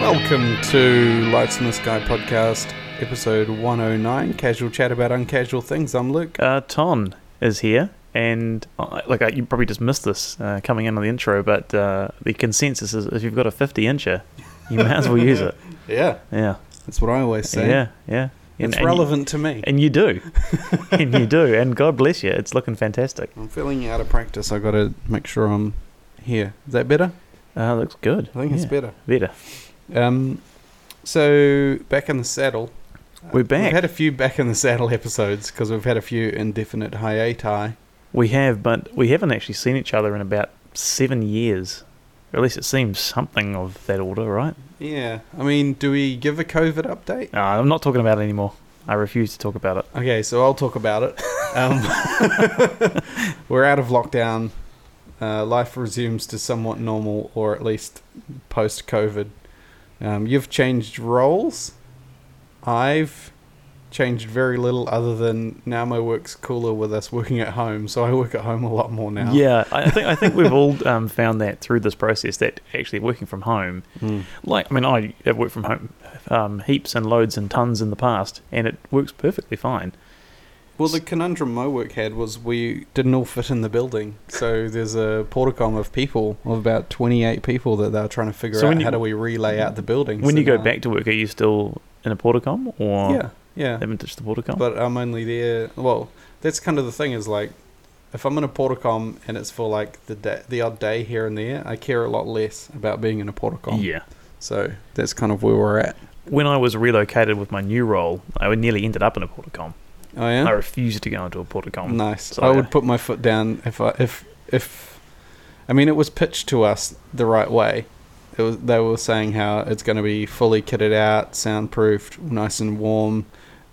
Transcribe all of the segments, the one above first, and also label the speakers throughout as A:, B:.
A: Welcome to Lights in the Sky podcast, episode 109 Casual Chat About Uncasual Things. I'm Luke.
B: Uh, Ton is here, and uh, like I, you probably just missed this uh, coming in on the intro, but uh, the consensus is if you've got a 50 incher, you might as well use it.
A: Yeah.
B: Yeah,
A: That's what I always say.
B: yeah, yeah. And,
A: It's
B: and
A: relevant to me.
B: You, and you do, and you do, and God bless you, it's looking fantastic.
A: I'm feeling out of practice. i got to make sure I'm here. Is that better?
B: Uh, looks good.
A: I think it's
B: Yeah,
A: better.
B: better.
A: Um, so, back in the saddle.
B: We're
A: We've
B: back.
A: had a few back in the saddle episodes because we've had a few indefinite hiati.
B: We have, but we haven't actually seen each other in about seven years. Or at least it seems something of that order, right?
A: Yeah. I mean, do we give a COVID update?
B: Uh, I'm not talking about it anymore. I refuse to talk about it.
A: Okay, so I'll talk about it. Um, we're out of lockdown. Uh, life resumes to somewhat normal, or at least post COVID. Um, you've changed roles. I've changed very little other than now my work's cooler with us working at home, so I work at home a lot more now.
B: Yeah, I I think I think we've all um, found that through this process that actually working from home,
A: Mm.
B: like I mean, I have worked from home um, heaps and loads and tons in the past, and it works perfectly fine.
A: Well, the conundrum my work had was we didn't all fit in the building, so there's a porticom of people, of about 28 people that they're trying to figure
B: So
A: out
B: when you-
A: how do we relay out the building.
B: When
A: so
B: you go
A: now-
B: back to work, are you still in a porticom or
A: Yeah, yeah.
B: haven't touched the porticom?
A: But I'm only there. Well, that's kind of the thing is like, if I'm in a portacom and it's for like the da the odd day here and there, I care a lot less about being in a portacom.
B: yeah.
A: So that's kind of where we're at.
B: When I was relocated with my new role, I nearly ended up in a porticom.
A: Oh
B: I
A: yeah.
B: refused to go into a porticom.
A: Nice.
B: So,
A: I
B: yeah.
A: would put my foot down if I if if. I mean, it was pitched to us the right way. It was, they were saying how it's going to be fully kitted out, soundproofed, nice and warm.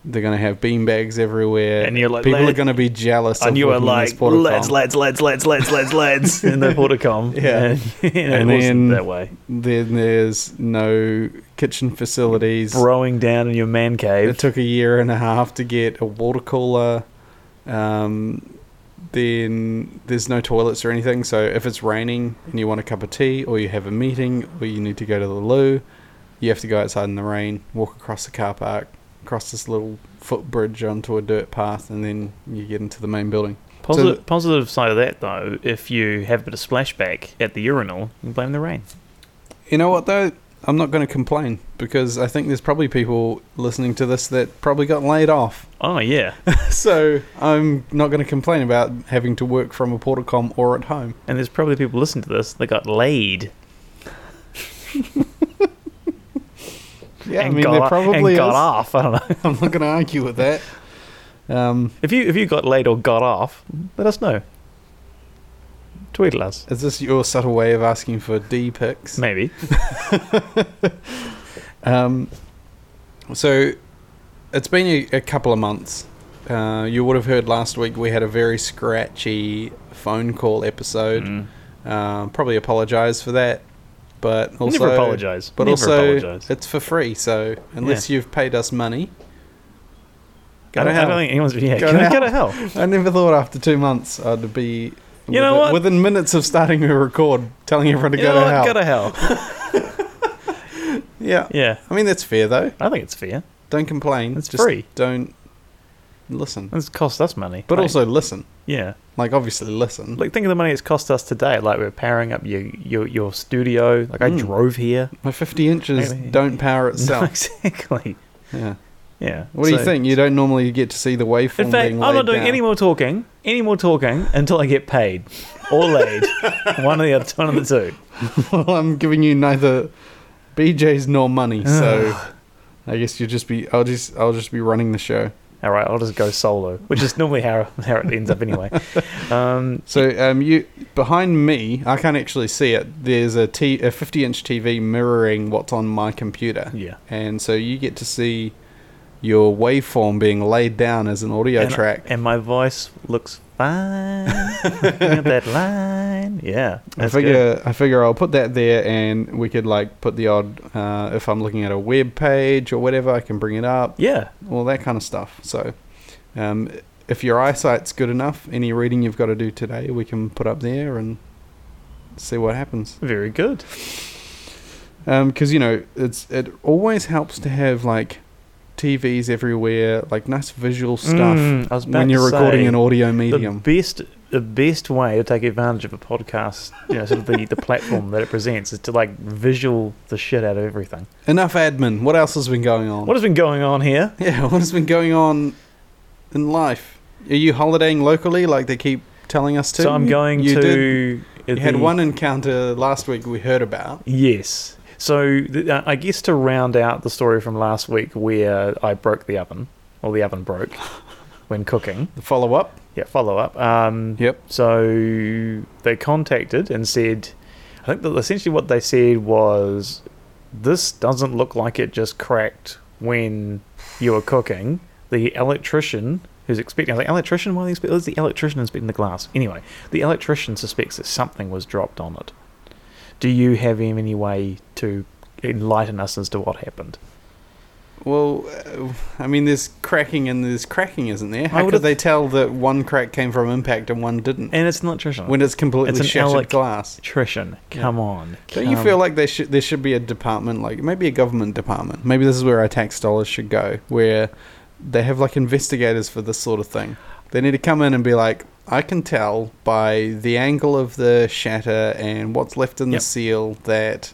A: They're going to have beanbags everywhere.
B: And you're like,
A: people are
B: "Lad-
A: going to be jealous.
B: And
A: of
B: you were
A: working in this
B: like,
A: portacom."
B: lads, lads, lads, lads, lads, lads, lads, in the porticom.
A: Yeah.
B: And, you know,
A: And
B: it wasn't
A: then-
B: that way.
A: Then there's no kitchen facilities.
B: Throwing down in your man cave.
A: It took a year and a half to get a water cooler. Um, then there's no toilets or anything. So if it's raining and you want a cup of tea, or you have a meeting, or you need to go to the loo, you have to go outside in the rain, walk across the car park, across this little footbridge onto a dirt path, and then you get into the main building.
B: Positive,
A: So-
B: positive side of that, though, if you have a bit of splashback at the urinal, you can blame the rain.
A: You know what though? I'm not going to complain because I think there's probably people listening to this that probably got laid off
B: Oh, yeah.
A: So I'm not going to complain about having to work from a portacom or at home.
B: and there's probably people listening to this that got laid
A: Yeah, I
B: and,
A: mean
B: got,
A: there
B: o-
A: probably
B: and
A: is.
B: got off. I don't know.
A: I'm not going to argue with that. Um,
B: If you, if you got laid or got off, let us know. Tweet at us.
A: is this your subtle way of asking for D picks?
B: Maybe.
A: Um, so it's been a, a couple of months. Uh, you would have heard last week we had a very scratchy phone call episode.
B: Mm.
A: Uh, probably apologise for that, but also
B: Never apologise.
A: But
B: Never
A: also,
B: apologise.
A: it's for free. So unless you've paid us money,
B: I
A: go to
B: don't, I
A: hell.
B: don't think anyone's. Yeah,
A: Go
B: go,
A: to
B: to, go to hell.
A: I never thought after two months I'd be.
B: You know
A: within-
B: what?
A: Within minutes of starting a record, telling everyone to
B: You
A: go
B: know
A: to
B: what?
A: hell.
B: Go to hell.
A: yeah.
B: yeah.
A: I mean that's fair though.
B: I think it's fair.
A: Don't complain.
B: It's
A: Just
B: free.
A: Don't listen.
B: It's cost us money.
A: But
B: Like,
A: also listen.
B: Yeah.
A: Like obviously listen.
B: Like think of the money it's cost us today. Like we're powering up your your, your studio. Like I
A: Mm.
B: drove here.
A: My 50 inches
B: Maybe.
A: don't power
B: No,
A: itself.
B: exactly.
A: yeah.
B: Yeah.
A: What do you
B: So-
A: think? You don't normally get to see the waveform
B: In fact, I'm
A: being
B: not
A: laid
B: doing
A: down.
B: any more talking, any more talking until I get paid or laid. one of the other, one of the two.
A: Well, I'm giving you neither BJ's nor money, so I guess you'll just be. I'll just. I'll just be running the show.
B: All right, I'll just go solo, which is normally how how it ends up anyway. Um,
A: So um, you behind me, I can't actually see it. There's a t a 50 inch TV mirroring what's on my computer,
B: yeah.
A: and so you get to see your waveform being laid down as an audio
B: and,
A: track.
B: and my voice looks fine. Looking at that line, Yeah.
A: I
B: that's good.
A: figure I figure I'll put that there, and we could like put the odd uh, if I'm looking at a web page or whatever, I can bring it up,
B: Yeah.
A: all that kind of stuff. So, um, if your eyesight's good enough, any reading you've got to do today, we can put up there and see what happens.
B: Very good.
A: Because you know, it's it always helps to have like TVs everywhere, like nice visual stuff
B: Mm, I was about
A: when
B: to
A: you're recording
B: say,
A: an audio
B: the
A: medium.
B: best the best way to take advantage of a podcast, you know, sort of the, the platform that it presents is to like visual the shit out of everything.
A: Enough admin. What else has been going on?
B: What has been going on here?
A: Yeah, what has been going on in life? Are you holidaying locally like they keep telling us to?
B: So I'm going
A: you
B: to
A: Did, you had
B: the-
A: one encounter last week we heard about.
B: Yes. So th- uh, I guess to round out the story from last week where I broke the oven or the oven broke when cooking.
A: The follow up?
B: Yeah, follow up. Um
A: Yep.
B: So they contacted and said, I think that essentially what they said was, this doesn't look like it just cracked when you were cooking. The electrician who's expecting, I was like, electrician, why are they expect- is the electrician inspecting the glass? Anyway, the electrician suspects that something was dropped on it. Do you have any way to enlighten us as to what happened?
A: Well, uh, I mean, there's cracking and there's cracking, isn't there? How could
B: would've-
A: they tell that one crack came from impact and one didn't?
B: And it's an electrician.
A: when it's completely
B: an
A: shattered
B: elec-
A: glass.
B: electrician,
A: Yeah.
B: come on.
A: Don't you
B: come-
A: feel like there should there should be a department like maybe a government department? Maybe this is where our tax dollars should go, where they have like investigators for this sort of thing. They need to come in and be like, I can tell by the angle of the shatter and what's left in
B: Yep.
A: the seal that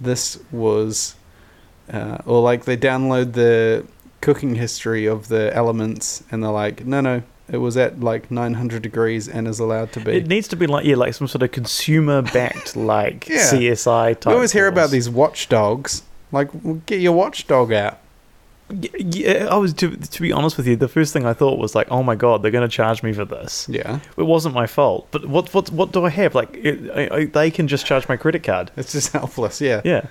A: this was, uh, or like they download the cooking history of the elements and they're like, no, no, it was at like 900 degrees and is allowed to be.
B: It needs to be like yeah, like some sort of consumer backed like
A: Yeah.
B: CSI type.
A: we always hear about
B: laws.
A: these watchdogs. Like, well, get your watchdog out.
B: Y- Yeah, I was to to be honest with you, the first thing I thought was like, oh my god, they're going to charge me for this.
A: Yeah.
B: It wasn't my fault, but what what what do I have? Like, it, I, I, they can just charge my credit card.
A: It's just helpless. Yeah.
B: Yeah.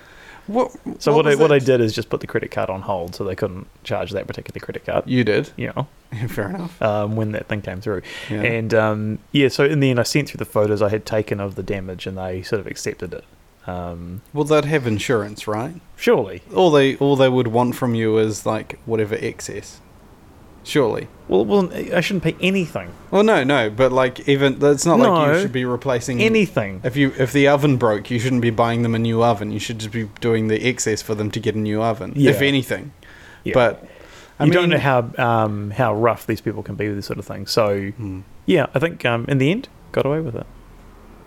A: What?
B: So what, I
A: was
B: what I
A: that?
B: did is just put the credit card on hold, so they couldn't charge that particular credit card.
A: You did.
B: You know,
A: Fair enough.
B: um, when that thing came through.
A: Yeah.
B: And um, yeah, so in the end, I sent through the photos I had taken of the damage, and they sort of accepted it. Um,
A: well, they'd have insurance, right?
B: surely,
A: All they all they would want from you is like whatever excess. Surely.
B: well, well, I shouldn't pay anything.
A: Well, no, no, but like even it's not like
B: No.
A: you should be replacing
B: anything.
A: If you if the oven broke, you shouldn't be buying them a new oven. You should just be doing the excess for them to get a new oven, if
B: Yeah.
A: anything.
B: Yeah.
A: But I
B: you
A: mean,
B: don't know how um, how rough these people can be with this sort of thing. So
A: Hmm.
B: yeah, I think um, in the end, got away with it.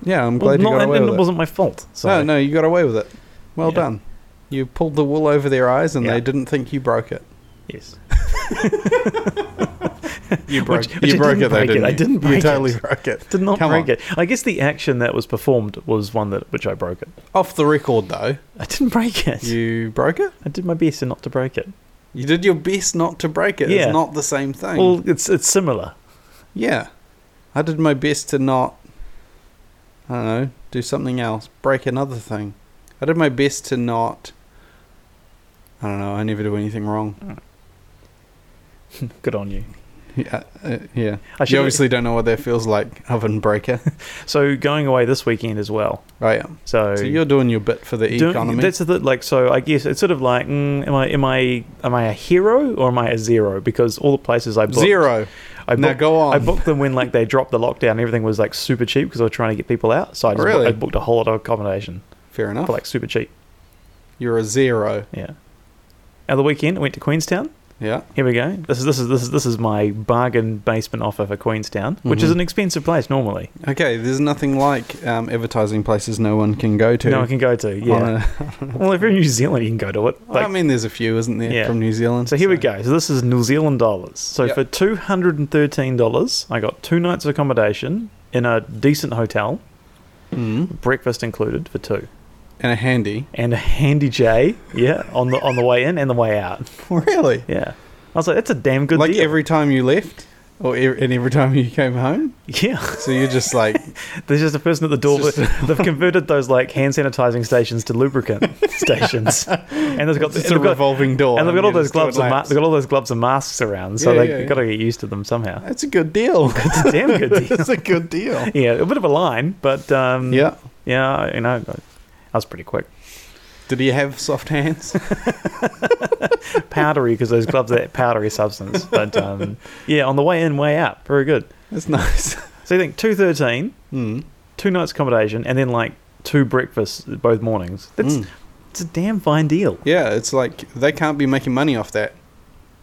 A: Yeah, I'm
B: Well,
A: glad you
B: not-
A: got
B: and,
A: away
B: and
A: with
B: it
A: it.
B: wasn't my fault. So
A: No, no, you got away with it. Well
B: Yeah.
A: done. You pulled the wool over their eyes and
B: Yeah.
A: they didn't think you broke it.
B: yes,
A: You broke,
B: Which- which
A: you
B: I
A: broke
B: didn't
A: it though,
B: break it.
A: didn't
B: I
A: you?
B: didn't break
A: You
B: it.
A: totally broke it.
B: did not
A: Come
B: break
A: on.
B: it. I guess the action that was performed was one that which I broke it.
A: Off the record though,
B: I didn't break it.
A: you broke it?
B: I did my best and not to break it.
A: You did your best not to break it.
B: Yeah.
A: It's not the same thing.
B: Well, it's it's similar.
A: yeah. I did my best to not, I don't know, do something else, break another thing. I did my best to not, I don't know, I never do anything wrong.
B: Good on you.
A: Yeah. Uh, yeah.
B: I
A: You
B: should-
A: obviously don't know what that feels like, oven breaker.
B: So going away this weekend as well.
A: oh, yeah.
B: So,
A: So you're doing your bit for the
B: doing-
A: economy.
B: That's the like. So I guess it's sort of like, mm, am I am I am I a hero or am I a zero? Because all the places I booked,
A: Zero.
B: I
A: now
B: booked-
A: go on.
B: I booked them when like they dropped the lockdown. and Everything was like super cheap because I was trying to get people out. So I just
A: Really?
B: I booked a whole lot of accommodation
A: Fair enough.
B: for like super cheap.
A: You're a zero.
B: Yeah. Other weekend I went to Queenstown.
A: Yeah.
B: Here we go. This is this is this is this is my bargain basement offer for Queenstown, which is
A: Mhm.
B: an expensive place normally.
A: Okay. There's nothing like um, advertising places no one can go to.
B: No, I can go to
A: on
B: yeah. well, if you're in New Zealand, you can go to it.
A: a-
B: Like,
A: Oh, I mean, there's a few, isn't there,
B: Yeah.
A: from New Zealand?
B: so here we go. So this is New Zealand dollars. So
A: Yep.
B: for two hundred and thirteen dollars, I got two nights accommodation in a decent hotel,
A: Mm.
B: breakfast included for two.
A: And a handy.
B: and a handy J, yeah, on the on the way in and the way out.
A: Really?
B: Yeah. I was like, that's a damn good
A: like
B: deal.
A: every time you left? Or e- and every time you came home,
B: Yeah,
A: so you're just like,
B: there's just a person at the door.
A: It's
B: They've converted those like hand sanitizing stations to lubricant stations, and they've got
A: it's
B: and
A: a
B: they've got-
A: revolving door,
B: and they've got all
A: you
B: those
A: just do it
B: gloves and ma-
A: laps.
B: they've got all those gloves and masks around, so
A: Yeah,
B: they
A: yeah,
B: have got to get used to them somehow.
A: That's a good deal.
B: It's a damn good deal.
A: That's a good deal.
B: yeah, a bit of a line, but um,
A: Yeah.
B: yeah, you know, I was pretty quick,
A: Did he have soft hands?
B: powdery because those gloves are that powdery substance. But um, yeah, on the way in, way out, very good.
A: That's nice.
B: So you think two thirteen,
A: Mm.
B: two nights accommodation, and then like two breakfasts both mornings. That's
A: Mm.
B: it's a damn fine deal.
A: Yeah, it's like they can't be making money off that.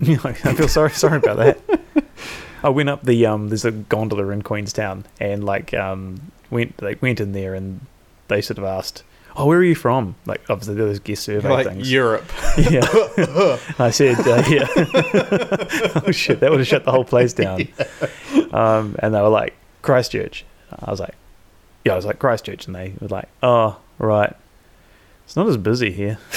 B: You know, I feel sorry sorry about that. I went up the um there's a gondola in Queenstown and like um went like went in there and they sort of asked, Oh, where are you from? Like obviously those guest survey
A: like
B: things.
A: Europe.
B: Yeah. I said, uh, yeah. oh shit, that would have shut the whole place down. Um, and they were like, Christchurch. I was like, yeah, I was like Christchurch, and they were like, oh right, it's not as busy here.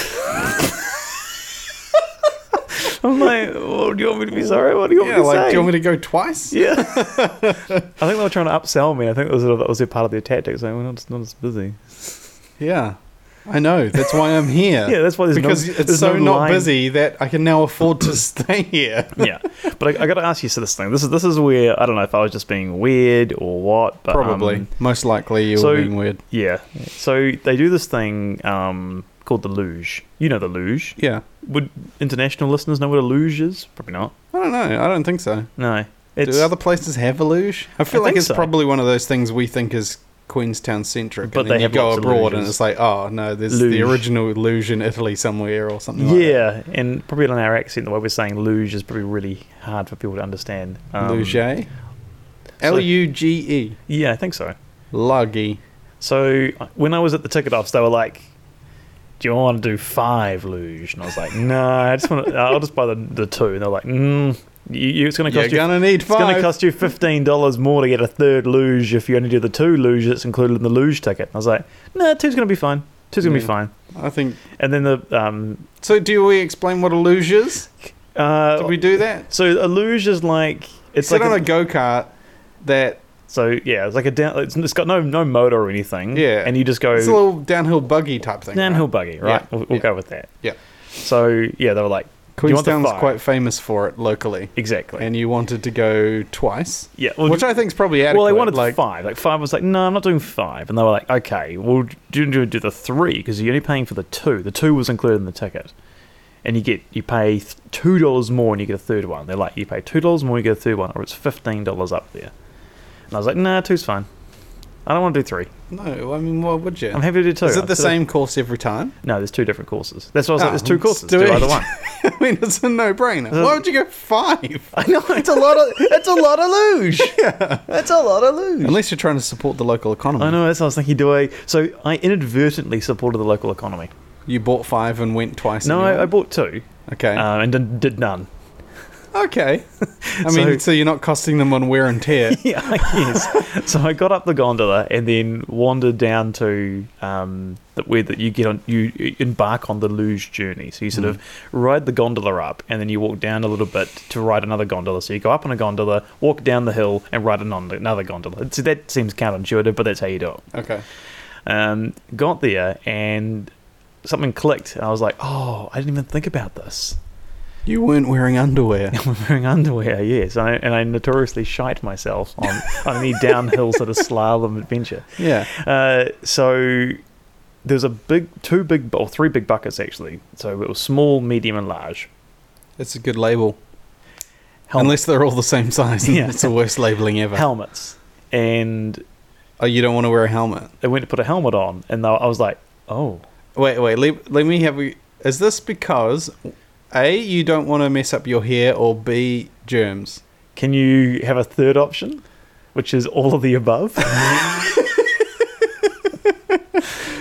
B: I'm like, well, do you want me to be sorry? What do you want
A: Yeah,
B: me to
A: like
B: say?
A: do you want me to go twice?
B: yeah, I think they were trying to upsell me. I think that was that was their part of their tactics. Like, we're not, it's not as busy.
A: Yeah, I know. That's why I'm here.
B: Yeah, that's why there's no-
A: because it's
B: there's
A: so
B: no
A: not
B: line.
A: busy that I can now afford to stay here.
B: yeah, but I, I got to ask you so this thing. This is this is where I don't know if I was just being weird or what, but um,
A: Probably, most likely, you're
B: so-
A: being weird.
B: yeah. So they do this thing um, called the luge. You know the luge.
A: Yeah,
B: Would international listeners know what a luge is? Probably not.
A: I don't know. I don't think so.
B: No. It's
A: Do other places have a luge? I feel
B: I
A: like
B: think
A: it's
B: so.
A: probably one of those things we think is Queenstown centric,
B: But
A: and then
B: they
A: you
B: have
A: go
B: lots of
A: abroad and
B: luges.
A: it's like, oh no, there's the
B: Luge.
A: original luge in Italy somewhere or something. like that.
B: yeah, and probably in our accent, the way we're saying luge is probably really hard for people to understand. Um,
A: luge, L U G E,
B: Yeah, I think so.
A: luggy.
B: So uh, when I was at the ticket office, they were like, "Do you want to do five luge?" And I was like, "No, I just want. to I'll just buy the, the two. And they're like, mm, you, you, "It's going to
A: You're
B: cost you.
A: gonna need
B: it's going to
A: five.
B: cost you fifteen dollars more to get a third luge if you only do the two luge that's included in the luge ticket." And I was like, "No, two's going to be fine. Two's going to
A: Yeah.
B: be fine."
A: I think.
B: And then the um
A: So, do we explain what a luge is?
B: uh
A: Did we do that?
B: so a luge is like it's
A: It's like
B: like
A: on
B: a-
A: a, go kart that
B: so yeah it's like a down it's, it's got no no motor or anything
A: Yeah.
B: and you just go
A: it's a little downhill buggy type thing.
B: downhill
A: right?
B: buggy right
A: Yeah,
B: we'll, we'll
A: yeah.
B: go with that
A: Yeah.
B: so yeah they were like Do you want the
A: Queenstown's
B: fire?
A: quite famous for it locally,
B: Exactly.
A: and you wanted to go twice,
B: yeah. Well,
A: which I think is probably adequate.
B: well, they wanted
A: like
B: five. Like five was like, no, I'm not doing five. And they were like, okay, we'll do do, do the three because you're only paying for the two. The two was included in the ticket, and you get you pay th- two dollars more and you get a third one. They're like, you pay two dollars more, you get a third one, or it's fifteen dollars up there. And I was like, nah, two's fine. I don't want to do three.
A: no, I mean, why would you?
B: I'm happy to do two.
A: Is
B: I
A: it the
B: said,
A: same course every time?
B: No, there's two different courses. That's why I was
A: Ah,
B: like, there's two
A: let's
B: courses.
A: do
B: Do,
A: it.
B: either one.
A: I mean, it's a no-brainer.
B: Uh,
A: Why would you go five?
B: I know it's a lot of it's a lot of luge. That's a lot of luge.
A: Unless you're trying to support the local economy.
B: I know. That's what I was thinking. Do I? So I inadvertently supported the local economy.
A: You bought five and went twice.
B: No, I,
A: anyway.
B: I bought two
A: okay.
B: um, and did, did none.
A: okay. I mean, so,
B: So-
A: you're not costing them on wear and tear.
B: Yeah, I guess. so I got up the gondola and then wandered down to um, the, where that you get on. You embark on the luge journey. So you sort of ride the gondola up and then you walk down a little bit to ride another gondola. So you go up on a gondola, walk down the hill, and ride an- another gondola. So that seems counterintuitive, but that's how you do it.
A: okay.
B: um, got there and something clicked. I was like, oh, I didn't even think about this.
A: You weren't wearing underwear.
B: I'm wearing underwear, yes. And I, and I notoriously shite myself on, on any downhill sort of slalom adventure.
A: yeah.
B: Uh, so there's a big, two big, or three big buckets actually. So it was small, medium, and large.
A: It's a good label.
B: Helmet,
A: Unless they're all the same size. and
B: Yeah.
A: It's the worst labeling ever.
B: helmets. And
A: Oh, you don't want to wear a helmet.
B: they went to put a helmet on, and they- I was like, oh.
A: Wait, wait. Let, let me have. a- Is this because a you don't want to mess up your hair, or b germs?
B: Can you have a third option, which is all of the above?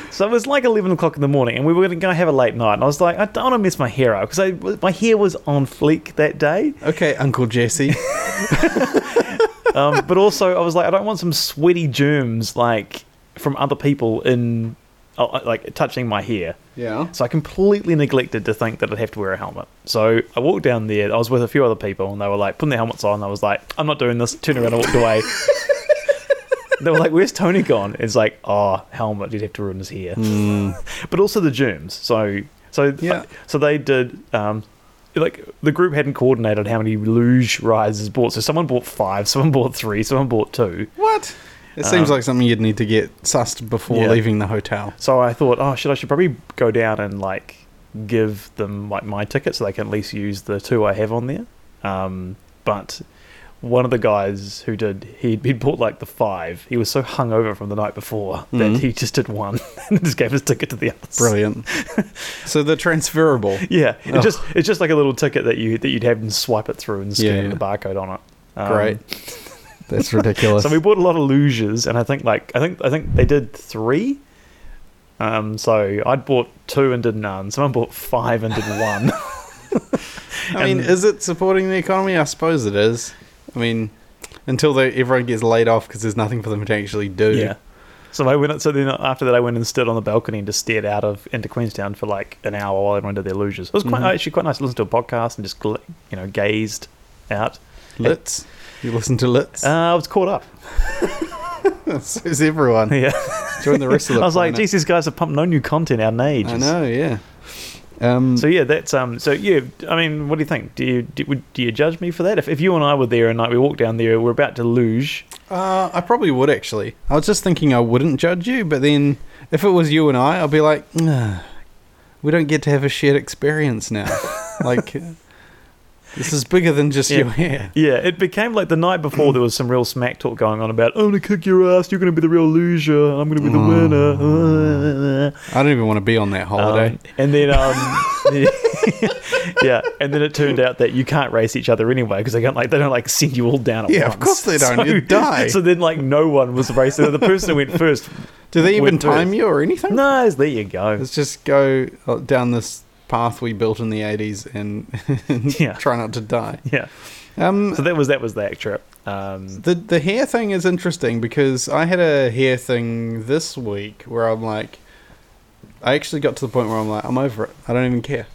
B: so it was like 11 o'clock in the morning, and we were going to go have a late night. And I was like, I don't want to mess my hair up because my hair was on fleek that day.
A: Okay, Uncle Jesse.
B: Um, but also, I was like, I don't want some sweaty germs like from other people in oh, like touching my hair.
A: Yeah.
B: So I completely neglected to think that I'd have to wear a helmet. So I walked down there. I was with a few other people, and they were like putting their helmets on. I was like, I'm not doing this. Turned around and walked away. they were like, "Where's Tony gone?" It's like, oh, helmet. You'd have to ruin his hair. but also the germs. So so
A: Yeah.
B: So they did. Um, like the group hadn't coordinated how many luge rides is bought. So someone bought five, someone bought three, someone bought two.
A: What? It seems like something you'd need to get sussed before
B: Uh, Yeah.
A: leaving the hotel.
B: So I thought, oh shit, I should probably go down and like give them like my ticket so they can at least use the two I have on there. Um, but one of the guys who did, he'd, he'd bought like the five. He was so hungover from the night before
A: Mhm.
B: that he just did one and just gave his ticket to the others.
A: Brilliant. Oh. so they're transferable.
B: Yeah, it
A: Ugh.
B: just it's just like a little ticket that you that you'd have and swipe it through and scan
A: Yeah, yeah.
B: the barcode on it. Um,
A: Great. That's ridiculous.
B: So we bought a lot of luges, and I think like I think I think they did three. Um, so I'd bought two and did none. Someone bought five and did one.
A: I mean,
B: and-
A: is it supporting the economy? I suppose it is. I mean, until they, everyone gets laid off because there's nothing for them to actually do.
B: yeah. So I went. So then after that, I went and stood on the balcony and just stared out of into Queenstown for like an hour while everyone did their luges. It was quite
A: Mhm.
B: actually quite nice to listen to a podcast and just gl- you know gazed out.
A: Litz. You listen to Litz.
B: Uh, I was caught up.
A: so is everyone.
B: Yeah.
A: Join the rest of
B: I
A: the
B: was like,
A: planet.
B: geez, these guys have pumped no new content out in ages.
A: I know, yeah. Um,
B: So yeah, that's um. So yeah, I mean, what do you think? Do you do, would, do you judge me for that? If, if you and I were there and like we walked down there, we're about to luge.
A: uh, I probably would actually. I was just thinking I wouldn't judge you, but then if it was you and I, I'd be like, "Ugh, we don't get to have a shared experience now. like, uh, this is bigger than just
B: Yeah.
A: you here.
B: Yeah, it became like the night before there was some real smack talk going on about I'm gonna kick your ass. You're gonna be the real loser. I'm gonna be the winner.
A: I don't even want to be on that holiday.
B: Um, and then um. yeah, and then it turned out that you can't race each other anyway because they can't like they don't like send you all down at
A: Yeah,
B: once.
A: of course they don't. You'd die.
B: So then like no one was racing. The person who went first.
A: Do they even
B: went first.
A: time you or anything?
B: No, there you go.
A: Let's just go uh, down this path we built in the 80s and, and
B: Yeah.
A: try not to die.
B: Yeah.
A: Um,
B: So that was that was that trip. Um,
A: the the hair thing is interesting because I had a hair thing this week where I'm like, I actually got to the point where I'm like, I'm over it. I don't even care.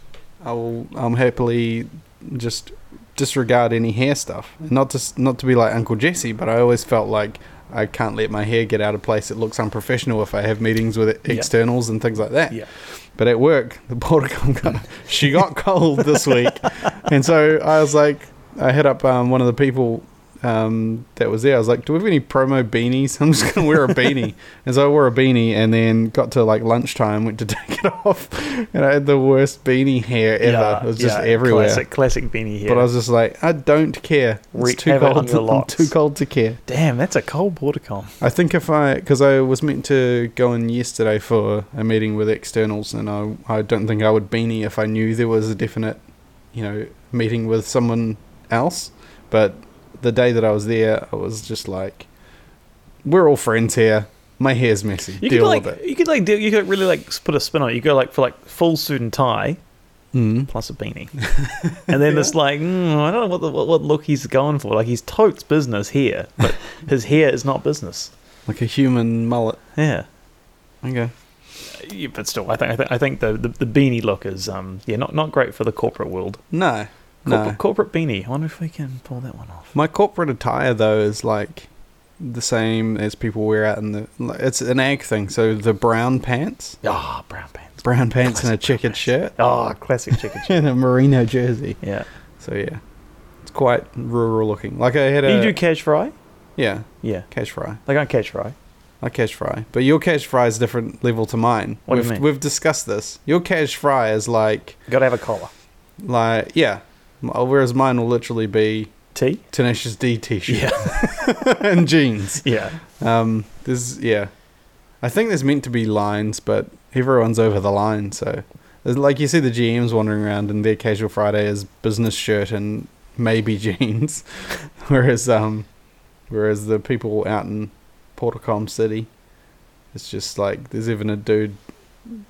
A: I will. I'm happily just disregard any hair stuff. Not to s- not to be like Uncle Jesse, but I always felt like I can't let my hair get out of place. It looks unprofessional if I have meetings with
B: Yeah.
A: externals and things like that.
B: yeah.
A: But at work, the border com got, she got cold this week, and so I was like, I hit up um, one of the people um, that was there. I was like, "Do we have any promo beanies? I'm just gonna wear a beanie." and so I wore a beanie, and then got to like lunchtime, went to take it off, and I had the worst beanie hair ever. it was just
B: yeah,
A: everywhere.
B: Classic, classic beanie here.
A: But I was just like, I don't care. It's
B: Wreak
A: too
B: havoc on
A: cold.
B: your
A: To, I'm
B: locks.
A: too cold to care.
B: Damn, that's a cold border com.
A: I think if I, because I was meant to go in yesterday for a meeting with externals, and I, I don't think I would beanie if I knew there was a definite, you know, meeting with someone else. But the day that I was there, I was just like, we're all friends here. My hair's messy. Deal
B: You could
A: with
B: like,
A: it.
B: you could like, do, you could really like s- put a spin on it. You go like for like full suit and tie
A: Mm.
B: plus a beanie, and then it's like, mm, I don't know what, the, what what look he's going for. Like he's totes business here, but his hair is not business.
A: Like a human mullet.
B: Yeah.
A: Okay.
B: Yeah, but still, I think I think, I think the, the, the beanie look is um yeah not, not great for the corporate world.
A: No.
B: Corporate,
A: No.
B: corporate beanie. I wonder if we can pull that one off.
A: My corporate attire though is like the same as people wear out in the. like, It's an ag thing. So the brown pants.
B: Ah, brown pants.
A: brown pants and a checkered shirt
B: Oh, classic chicken shit.
A: and a merino jersey.
B: Yeah.
A: So yeah, it's quite rural looking. Like I had
B: you
A: a
B: do cash fry?
A: yeah
B: Yeah.
A: cash fry,
B: Like on cash fry.
A: like cash fry, but your cash fry is different level to mine.
B: What do you
A: we've,
B: mean?
A: We've discussed this. Your cash fry is like
B: Gotta have a collar.
A: like yeah, m- uh, whereas mine will literally be
B: Tea?
A: tenacious D t-shirt and jeans.
B: Yeah.
A: Um, there's yeah, I think there's meant to be lines, but everyone's over the line. So, there's, like you see the GMs wandering around, and their casual Friday is business shirt and maybe jeans, whereas um, whereas the people out in Portacom City, it's just like there's even a dude,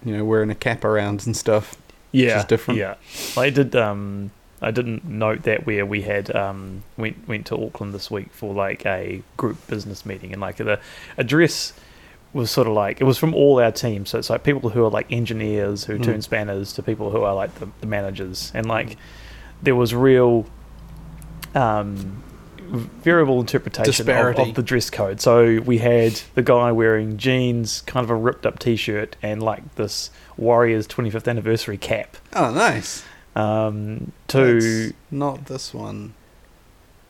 A: you know, wearing a cap around and stuff.
B: Yeah.
A: is different.
B: Yeah. I did um I didn't note that where we had um went went to Auckland this week for like a group business meeting and like the address was sort of like it was from all our teams. So it's like people who are like engineers who
A: Mm.
B: turn spanners to people who are like the, the managers, and like there was real um, v- variable interpretation of,
A: Disparity.
B: of the dress code. So we had the guy wearing jeans, kind of a ripped up T-shirt, and like this Warriors 25th anniversary cap.
A: Oh, nice.
B: Um, to
A: That's not this one.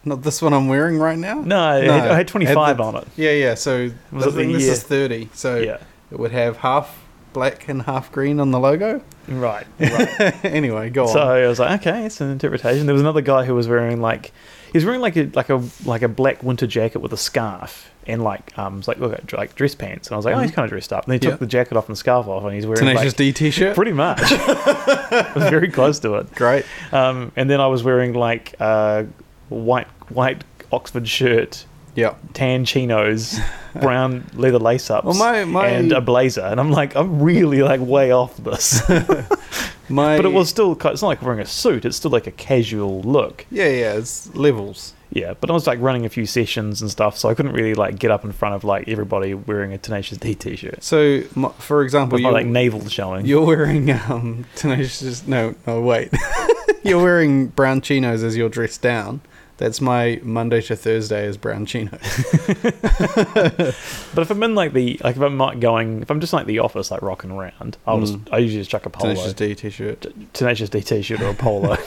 A: Not this one I'm wearing right now.
B: no, it
A: No,
B: had- I had
A: had
B: 25
A: the-
B: on it.
A: Yeah, yeah. So
B: Was
A: I
B: it the
A: think this
B: year?
A: is thirty. So
B: Yeah,
A: it would have half black and half green on the logo.
B: right, right.
A: anyway, go
B: So
A: on.
B: I was like, okay, it's an interpretation. There was another guy who was wearing like he was wearing like a like a like a black winter jacket with a scarf and like um it's like look at like dress pants. And I was like, oh, he's kind of dressed up. And he took
A: Mm-hmm. Yeah.
B: the jacket off and the scarf off, and he's wearing
A: Tenacious
B: like,
A: D T-shirt.
B: pretty much. it was very close to it.
A: Great.
B: Um, and then I was wearing like uh, white white Oxford shirt.
A: Yeah.
B: Tan chinos, brown leather lace ups,
A: Well, my- my-
B: and a blazer, and I'm like, I'm really like way off this.
A: My.
B: But it was still, ki- it's not like wearing a suit, it's still like a casual look.
A: Yeah, yeah. It's levels.
B: Yeah, but I was like running a few sessions and stuff, so I couldn't really like get up in front of like everybody wearing a Tenacious D t shirt.
A: So, m for example,
B: With
A: you
B: my like navel showing.
A: You're wearing um tenacious. No, no, wait. You're wearing brown chinos as your dress down. That's my Monday to Thursday as brown chinos.
B: But if I'm in like the, like if I'm not going, if I'm just like the office, like rocking around, I'll just, I usually just chuck a polo.
A: Mm. Tenacious D t-shirt.
B: Tenacious D t shirt or a polo.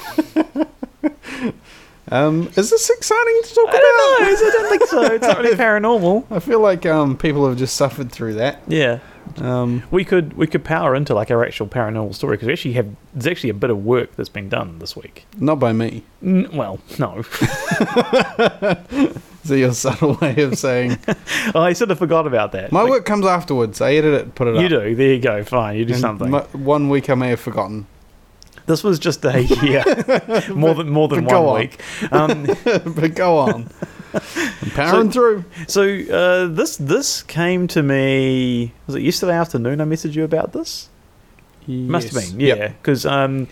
A: Um, is this exciting to talk
B: I
A: about?
B: don't know, I don't think so. It's not really paranormal.
A: I feel like um people have just suffered through that.
B: Yeah.
A: Um,
B: We could we could power into like our actual paranormal story because we actually have there's actually a bit of work that's been done this week.
A: not by me.
B: N- well, no,
A: Is that your subtle way of saying
B: I sort of forgot about that.
A: my
B: Like,
A: work comes afterwards? I edit it, put it up.
B: You do. There you go. Fine. You do
A: And
B: something.
A: my- one week I may have forgotten.
B: this was just a year, more than more than
A: But go
B: one
A: on.
B: week. Um,
A: but go on. I'm powering through.
B: so uh, this this came to me. Was it yesterday afternoon? I messaged you about this.
A: Yes.
B: Must have been.
A: Yep.
B: Yeah. Because um,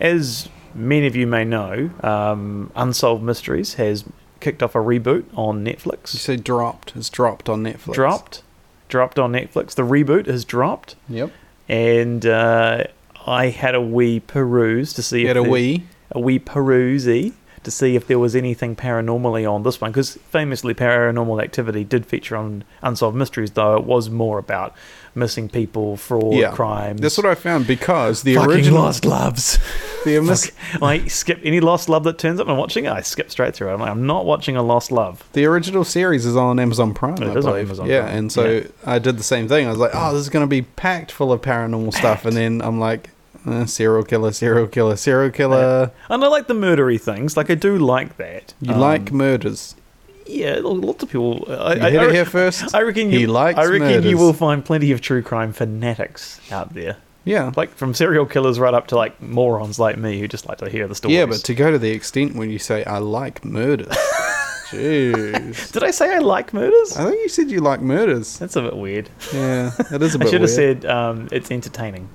B: as many of you may know, um, Unsolved Mysteries has kicked off a reboot on
A: You
B: Netflix.
A: say dropped. It's dropped on Netflix.
B: Dropped. Dropped on Netflix. The reboot has dropped,
A: Yep.
B: and uh, I had a wee peruse to see
A: You had
B: if
A: a
B: the-
A: wee.
B: a wee perusey to see if there was anything paranormally on this one because famously paranormal activity did feature on unsolved mysteries though it was more about missing people fraud
A: Yeah.
B: crimes
A: That's what I found because the
B: Fucking
A: original
B: lost loves
A: the mis-
B: i skip any lost love that turns up and i'm watching it i skip straight through it. i'm like i'm not watching a lost love
A: the original series is on Amazon Prime.
B: It
A: I
B: is on
A: believe.
B: Amazon
A: yeah,
B: Prime,
A: and so
B: yeah.
A: I did the same thing. I was like, oh, this is going to be packed full of paranormal stuff, and then I'm like, eh, serial killer, serial killer, serial killer.
B: and i like the murdery things like i do like that
A: Uh, You
B: Um,
A: like murders?
B: yeah lots of people i,
A: You
B: I,
A: hit
B: I,
A: it here first.
B: I reckon you
A: He likes
B: i reckon
A: murders.
B: you will find plenty of true crime fanatics out there
A: yeah,
B: like from serial killers right up to like morons like me who just like to hear the stories.
A: yeah, but to go to the extent when you say I like murders, jeez,
B: did I say I like murders?
A: I think you said you like murders.
B: That's a bit weird.
A: Yeah, that is a
B: I
A: bit.
B: should
A: weird.
B: have said um, it's entertaining.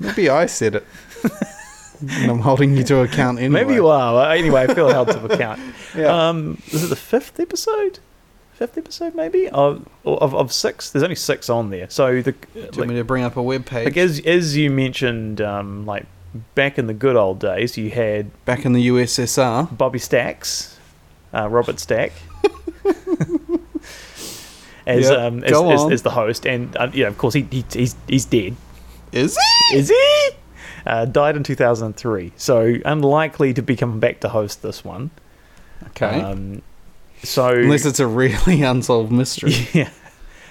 A: Maybe I said it. and I'm holding you to account anyway.
B: Maybe you are. Well, anyway, I feel held to account.
A: Yeah.
B: Um, is it the fifth episode? Fifth episode maybe of, of of six. There's only six on there. So the
A: Do you want
B: like,
A: me to bring up a web page?
B: like as as you mentioned, um, like back in the good old days, you had
A: Back in the USSR.
B: Bobby Stacks, uh, Robert Stack, as,
A: Yeah,
B: um, as,
A: go
B: as,
A: on.
B: as the host, and uh, yeah, of course he, he he's he's dead.
A: Is he?
B: Is he? Uh, died in 2003, so unlikely to be coming back to host this one.
A: Okay.
B: Um, so
A: Unless it's a really unsolved mystery.
B: yeah,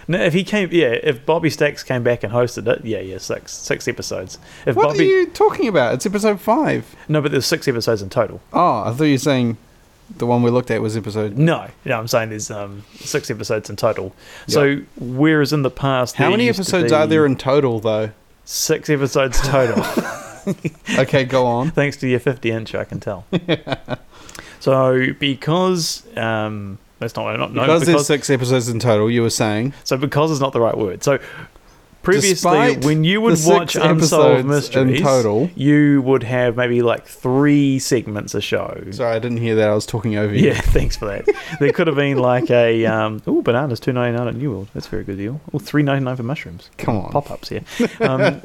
B: no, if he came, yeah, if Bobby Stacks came back and hosted it, yeah, yeah, six six episodes. If
A: What
B: Bobby,
A: are you talking about? It's episode five.
B: no, but there's six episodes in total.
A: Oh, I thought you were saying the one we looked at was episode.
B: No, no, I'm saying there's um, six episodes in total. So whereas in the past,
A: How
B: there
A: many
B: used to
A: episodes
B: be
A: are there in total, though?
B: six episodes total,
A: Okay, go on.
B: thanks to your 50 inch, I can tell. So because um, that's not no,
A: because
B: because
A: there's six episodes in total, you were saying.
B: so because is not the right word. So previously
A: Despite
B: when you would
A: the six
B: watch unsolved
A: episodes
B: mysteries
A: in total.
B: you would have maybe like three segments a show
A: Sorry, I didn't hear that. I was talking over you.
B: yeah thanks for that there could have been like a um oh bananas 2.99 at new world that's a very good deal oh 3.99 for mushrooms
A: Come on.
B: pop ups here. Um,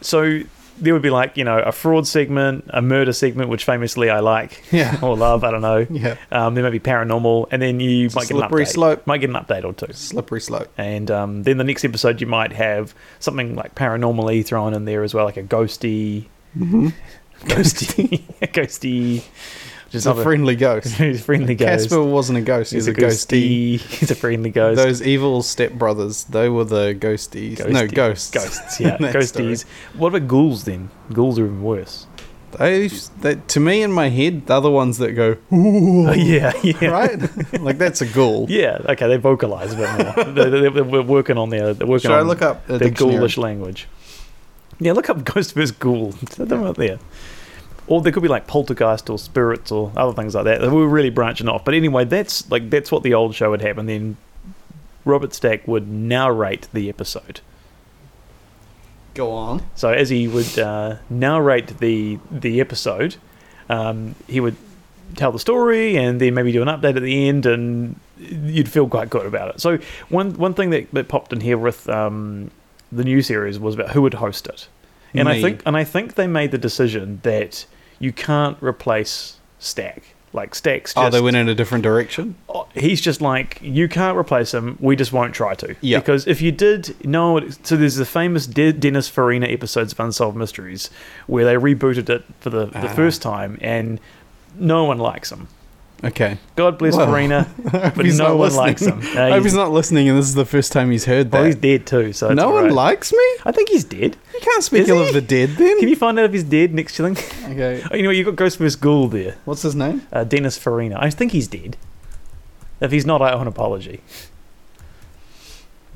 B: so there would be like you know a fraud segment, a murder segment, which famously I like
A: Yeah.
B: or love. I don't know.
A: Yeah.
B: Um, there might be paranormal, and then you
A: a
B: might get an
A: slippery
B: update.
A: slope.
B: Might get an update or two,
A: Slippery slope.
B: and um, then the next episode you might have something like paranormally thrown in there as well, like a ghosty,
A: Mm-hmm.
B: ghosty, ghosty,
A: It's
B: just
A: a friendly ghost.
B: friendly ghost.
A: Casper wasn't a ghost. He's,
B: He's
A: a, ghosty.
B: He's a friendly ghost.
A: Those evil stepbrothers, they were the ghosties. No,
B: Ghosty-
A: ghosts.
B: Ghosts, yeah.
A: That
B: Ghosties. What about ghouls then? Ghouls are even worse.
A: They, they, to me, in my head, they're the ones that go,
B: Oh, yeah, yeah.
A: right? like, that's a ghoul.
B: Yeah, okay, they vocalize a bit more. they're, they're, they're working on their. They're working
A: Should I
B: on
A: look up a
B: their
A: dictionary?
B: ghoulish language. Yeah, look up ghost versus ghoul. Put them up there. Or there could be like poltergeist or spirits or other things like that. We were really branching off. But anyway, that's like that's what the old show would happen. Then Robert Stack would narrate the episode.
A: Go on.
B: So as he would uh, narrate the the episode, um, he would tell the story and then maybe do an update at the end, and you'd feel quite good about it. So one one thing that, that popped in here with um, the new series was about who would host it, and I
A: Me.
B: think and I think they made the decision that you can't replace Stack. Like Stack's just
A: oh, they went in a different direction?
B: oh, he's just like you can't replace him we just won't try to
A: Yeah.
B: because if you did no it- so there's the famous De- dennis farina episodes of unsolved mysteries where they rebooted it for the, the
A: Ah.
B: first time and no one likes him
A: Okay.
B: god bless
A: Well,
B: farina
A: But
B: but no one likes him Uh,
A: I hope
B: he's,
A: he's not listening and this is the first time he's heard that.
B: well, Oh, he's dead too so it's
A: no
B: all
A: one
B: right.
A: likes me?
B: i think he's dead
A: You can't speak
B: Is
A: ill
B: he?
A: of the dead then.
B: can you find out if he's dead next chilling
A: okay.
B: oh, you know what, you've got ghost miss Ghoul there
A: What's his name?
B: uh, dennis farina i think he's dead if he's not i owe an apology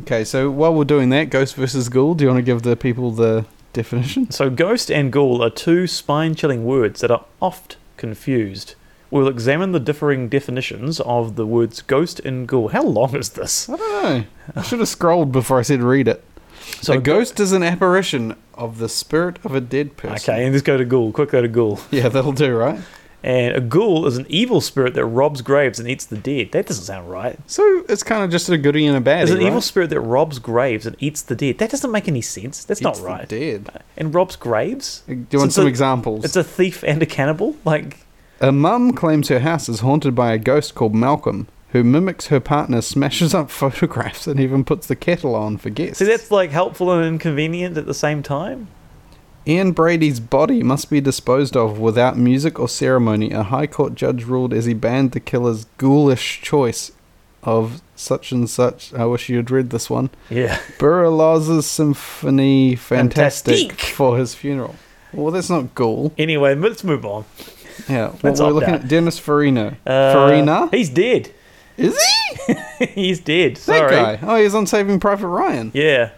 A: Okay, so while we're doing that, ghost versus ghoul, do you want to give the people the definition?
B: So, ghost and ghoul are two spine chilling words that are oft confused. We'll examine the differing definitions of the words ghost and ghoul. How long is this?
A: I don't know. I should have scrolled before I said read it. So
B: So,
A: a ghost is an apparition of the spirit of a dead person.
B: Okay, and let's go to ghoul. Quick, go to ghoul.
A: Yeah, that'll do, right?
B: And a ghoul is an evil spirit that robs graves and eats the dead. That doesn't sound right.
A: So it's kind of just a goodie and a bad.
B: Is an evil spirit that robs graves and eats the dead. That doesn't make any sense. That's not right.
A: Dead.
B: And robs graves?
A: Do you want some
B: So it's a-
A: examples?
B: It's a thief and a cannibal? Like,
A: A mum claims her house is haunted by a ghost called Malcolm, who mimics her partner, smashes up photographs, and even puts the kettle on for guests.
B: see, that's like helpful and inconvenient at the same time.
A: Ian Brady's body must be disposed of without music or ceremony, a High Court judge ruled as he banned the killer's ghoulish choice of such and such. I wish you had read this one.
B: Yeah.
A: Burlaz's Symphony Fantastic,
B: Fantastique.
A: for his funeral. Well, that's not ghoul.
B: Anyway, let's move on.
A: Yeah, what
B: Let's
A: we're
B: opt
A: looking
B: out.
A: at Dennis Farina.
B: Uh,
A: Farina?
B: He's dead.
A: Is he?
B: he's dead.
A: That
B: Sorry.
A: guy. Oh, he's on Saving Private Ryan.
B: Yeah.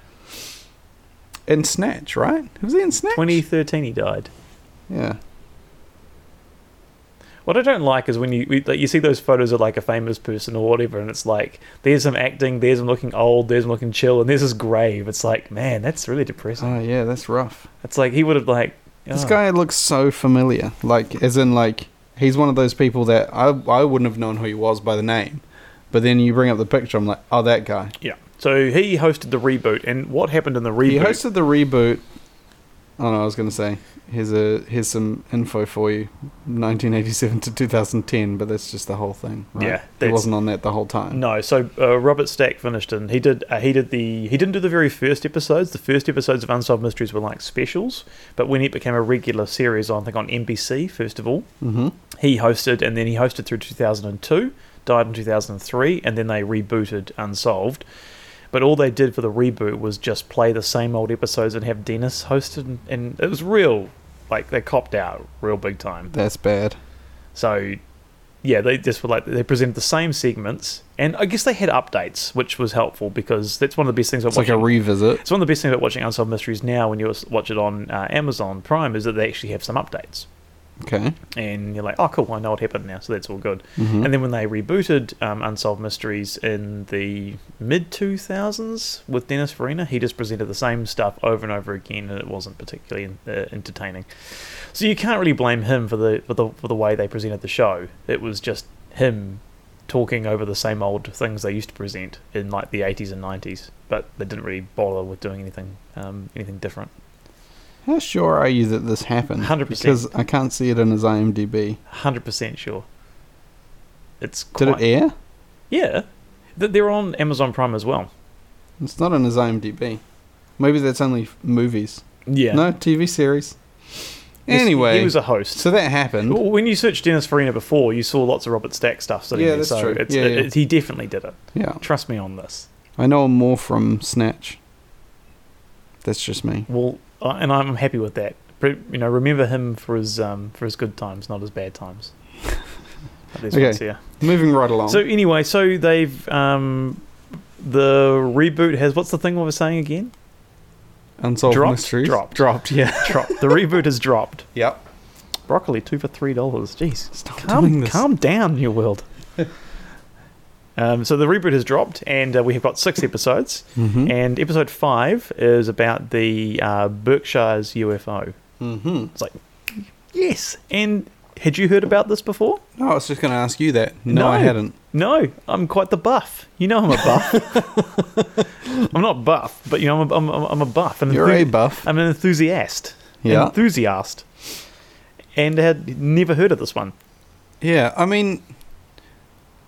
A: In Snatch, right? Was he in Snatch?
B: 2013 he died.
A: Yeah.
B: What I don't like is when you we- like, you see those photos of like a famous person or whatever, and it's like there's him acting, there's him looking old, there's him looking chill, and there's his grave. It's like man, that's really depressing.
A: Oh, yeah, that's rough.
B: It's like he would have like
A: This
B: oh.
A: guy looks so familiar. Like, as in, like, he's one of those people that I, I wouldn't have known who he was by the name. But then you bring up the picture, I'm like, oh, that guy.
B: Yeah. So he hosted the reboot, and what happened in the
A: He
B: reboot?
A: hosted the reboot. Oh no, I was going to say here's a here's some info for you, 1987 to 2010, but that's just the whole thing. Right?
B: Yeah,
A: he
B: that's-
A: wasn't on that the whole time.
B: No, so uh, Robert Stack finished, and he did. Uh, he did the. He didn't do the very first episodes. The first episodes of Unsolved Mysteries were like specials, but when it became a regular series, I think on NBC first of all,
A: hmm
B: he hosted, and then he hosted through 2002, died in 2003, and then they rebooted Unsolved. But all they did for the reboot was just play the same old episodes and have Dennis hosted, and, and it was real. Like they copped out real big time.
A: That's bad.
B: So, yeah, they just were like they presented the same segments, and I guess they had updates, which was helpful because that's one of the best things about
A: It's like a
B: watching.
A: revisit.
B: it's one of the best things about watching Unsolved Mysteries now when you watch it on uh, Amazon Prime is that they actually have some updates.
A: Okay.
B: and you're like, oh, cool, I know what happened now, so that's all good.
A: Mhm.
B: And then when they rebooted um, Unsolved Mysteries in the mid 2000s with Dennis Farina, he just presented the same stuff over and over again, and it wasn't particularly uh, entertaining. So you can't really blame him for the, for the for the way they presented the show. It was just him talking over the same old things they used to present in like the 80s and 90s, but they didn't really bother with doing anything um, anything different.
A: How sure are you that this happened?
B: 100%.
A: Because I can't see it in his IMDb.
B: 100% sure. It's
A: Did
B: quite,
A: it air?
B: Yeah. Th- They're on Amazon Prime as well.
A: It's not in his IMDb. Maybe that's only f- movies.
B: Yeah.
A: No, TV series.
B: Yes,
A: Anyway,
B: He was a host.
A: so that happened.
B: Well, when you searched Dennis Farina before, you saw lots of Robert Stack stuff sitting
A: Yeah,
B: there.
A: that's
B: so
A: true.
B: It's,
A: Yeah,
B: it,
A: yeah.
B: it- he definitely did it.
A: Yeah.
B: Trust me on this.
A: I know more from Snatch. That's just me.
B: Well, uh, and I'm happy with that. Pre- You know, remember him for his um, for his good times, not his bad times. But there's
A: Okay.
B: ones here.
A: Moving right along.
B: So anyway, so they've um, the reboot has what's the thing we were saying again?
A: Unsolved
B: dropped,
A: mysteries.
B: dropped.
A: Dropped. Yeah.
B: Drop. The reboot has dropped.
A: Yep.
B: Broccoli two for three dollars. Jeez.
A: Stop doing
B: calm,
A: this.
B: calm down, New World. um, so the reboot has dropped, and uh, we have got six episodes.
A: Mhm.
B: And episode five is about the uh, Berkshire's UFO.
A: Mhm.
B: Yes. And had you heard about this before?
A: No, I was just going to ask you that. No, I
B: No.
A: hadn't.
B: No, I'm quite the buff. You know I'm a buff. I'm not buff, but you know I'm a, I'm, a- I'm a buff. An
A: You're
B: enthu-
A: a buff.
B: I'm an enthusiast.
A: Yeah.
B: Enthusiast. And had never heard of this one.
A: Yeah, I mean,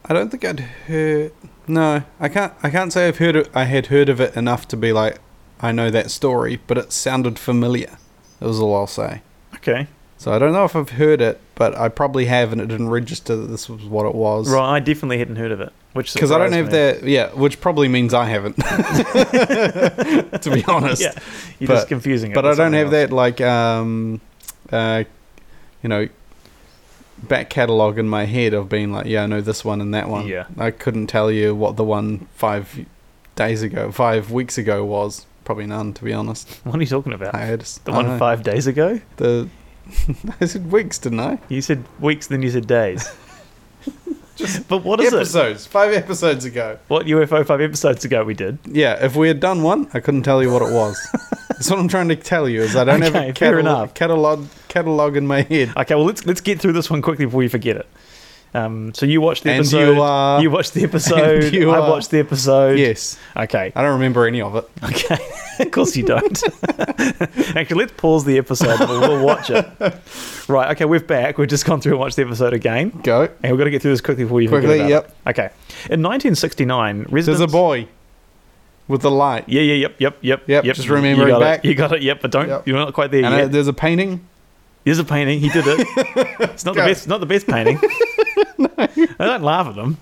A: I don't think I'd heard. No, I can't. I can't say I've heard. Of, I had heard of it enough to be like, I know that story, but it sounded familiar. That was all I'll say.
B: Okay.
A: So I don't know if I've heard it, but I probably have, and it didn't register that this was what it was.
B: Right, I definitely hadn't heard of it. Which
A: Because I don't have
B: surprised me.
A: that. Yeah, which probably means I haven't. to be honest.
B: Yeah, you're
A: But-
B: just confusing it.
A: but I
B: with
A: don't
B: something
A: have
B: else.
A: that like um, uh, you know, back catalog in my head of being like, yeah, I know this one and that one.
B: Yeah.
A: I couldn't tell you what the one five days ago, five weeks ago was. Probably none, to be honest.
B: What are you talking about?
A: I just,
B: the
A: I
B: one
A: don't know.
B: five days ago?
A: The I said weeks, didn't I?
B: You said weeks, then you said days. but what is it?
A: episodes, five episodes ago.
B: What UFO five episodes ago we did?
A: Yeah, if we had done one, I couldn't tell you what it was. That's what I'm trying to tell you is I don't have a
B: Okay, fair
A: catalog,
B: enough.
A: catalog catalog in my head.
B: Okay, well let's let's get through this one quickly before you forget it. Um, so you watched the
A: And
B: episode.
A: you are-
B: you watched the episode.
A: you
B: I
A: are-
B: watched the episode.
A: Yes,
B: Okay.
A: I don't remember any of it.
B: Okay. of course you don't. Actually, let's pause the episode. and We'll watch it. Right. Okay, we're back. We've just gone through and watched the episode again.
A: Go.
B: And we've got to get through this quickly before you
A: Quickly,
B: forget about
A: yep.
B: it. Okay. In 1969,
A: There's
B: residents...
A: a boy with the light,
B: Yeah, yeah, yep, yep, yep,
A: Yep, just remember
B: you
A: it
B: got
A: back.
B: You got it. Yep, but don't.
A: Yep.
B: You're not quite there
A: and uh,
B: yet.
A: there's a painting.
B: Here's a painting. He did it. It's not the
A: Go.
B: best. Not the best painting. I don't laugh at them.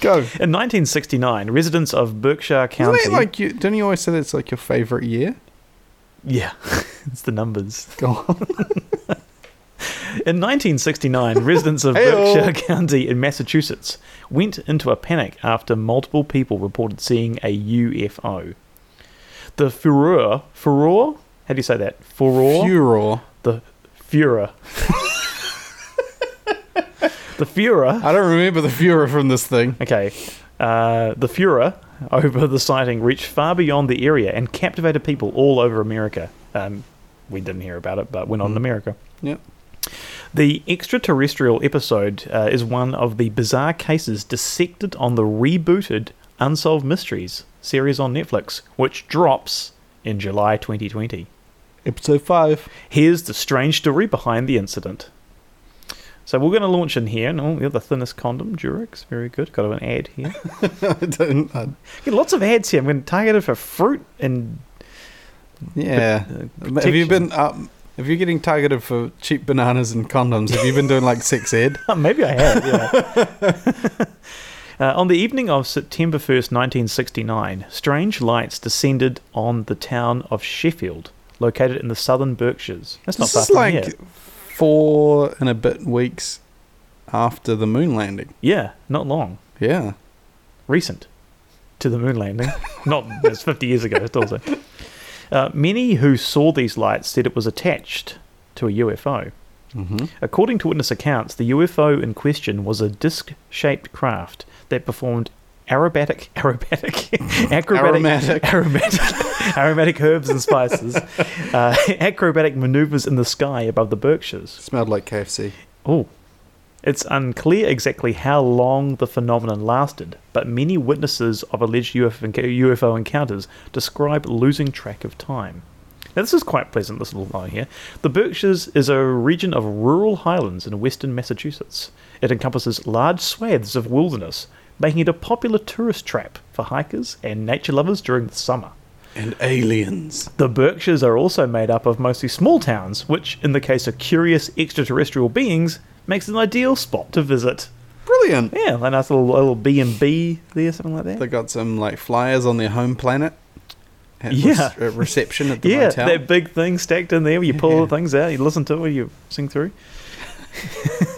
A: Go.
B: In 1969, residents of Berkshire
A: Isn't
B: County.
A: that like you? Don't you always say that's like your favorite year?
B: yeah, it's the numbers.
A: Go on.
B: In 1969, residents of
A: Hey-o.
B: Berkshire County in Massachusetts went into a panic after multiple people reported seeing a UFO. The furor, furor, how do you say that? Furor,
A: Furor.
B: the furor. the furor.
A: I don't remember the Furor from this thing.
B: Okay, uh, the furor over the sighting reached far beyond the area and captivated people all over America. Um, we didn't hear about it, but we're not in America.
A: Yep.
B: The extraterrestrial episode uh, is one of the bizarre cases dissected on the rebooted Unsolved Mysteries series on Netflix, which drops in July 2020.
A: Episode five.
B: Here's the strange story behind the incident. So we're going to launch in here. and oh, you're the thinnest condom, Durex. Very good. Got an ad here.
A: I don't. I,
B: Get lots of ads here. I'm going to target it for fruit and
A: yeah.
B: uh,
A: have you
B: protection.
A: been? Um, if you're getting targeted for cheap bananas and condoms, have you been doing like sex ed?
B: Maybe I have. Yeah. Uh, on the evening of September 1st, 1969, strange lights descended on the town of Sheffield, located in the southern Berkshires. That's not
A: This
B: far
A: is
B: from
A: like
B: here.
A: four and a bit weeks after the moon landing.
B: Yeah, not long.
A: Yeah.
B: recent to the moon landing. Not it's 50 years ago, it's also. Uh, many who saw these lights said it was attached to a UFO.
A: Mm-hmm.
B: According to witness accounts, the UFO in question was a disc shaped craft that performed arobatic, arobatic, acrobatic,
A: Aromatic.
B: aromatic, aromatic herbs and spices, uh, acrobatic maneuvers in the sky above the Berkshires.
A: Smelled like KFC.
B: Oh. It's unclear exactly how long the phenomenon lasted, but many witnesses of alleged UFO, enc- UFO encounters describe losing track of time. Now, this is quite pleasant, this little line here. The Berkshires is a region of rural highlands in western Massachusetts. It encompasses large swaths of wilderness, making it a popular tourist trap for hikers and nature lovers during the summer.
A: And aliens.
B: The Berkshires are also made up of mostly small towns, which, in the case of curious extraterrestrial beings, makes an ideal spot to visit.
A: Brilliant.
B: Yeah, a nice little little B and B there, something like that.
A: They got some like flyers on their home planet. At
B: Yeah.
A: rec- at reception at the
B: yeah,
A: motel.
B: that big thing stacked in there where you pull
A: Yeah.
B: the things out, you listen to it, you sing through.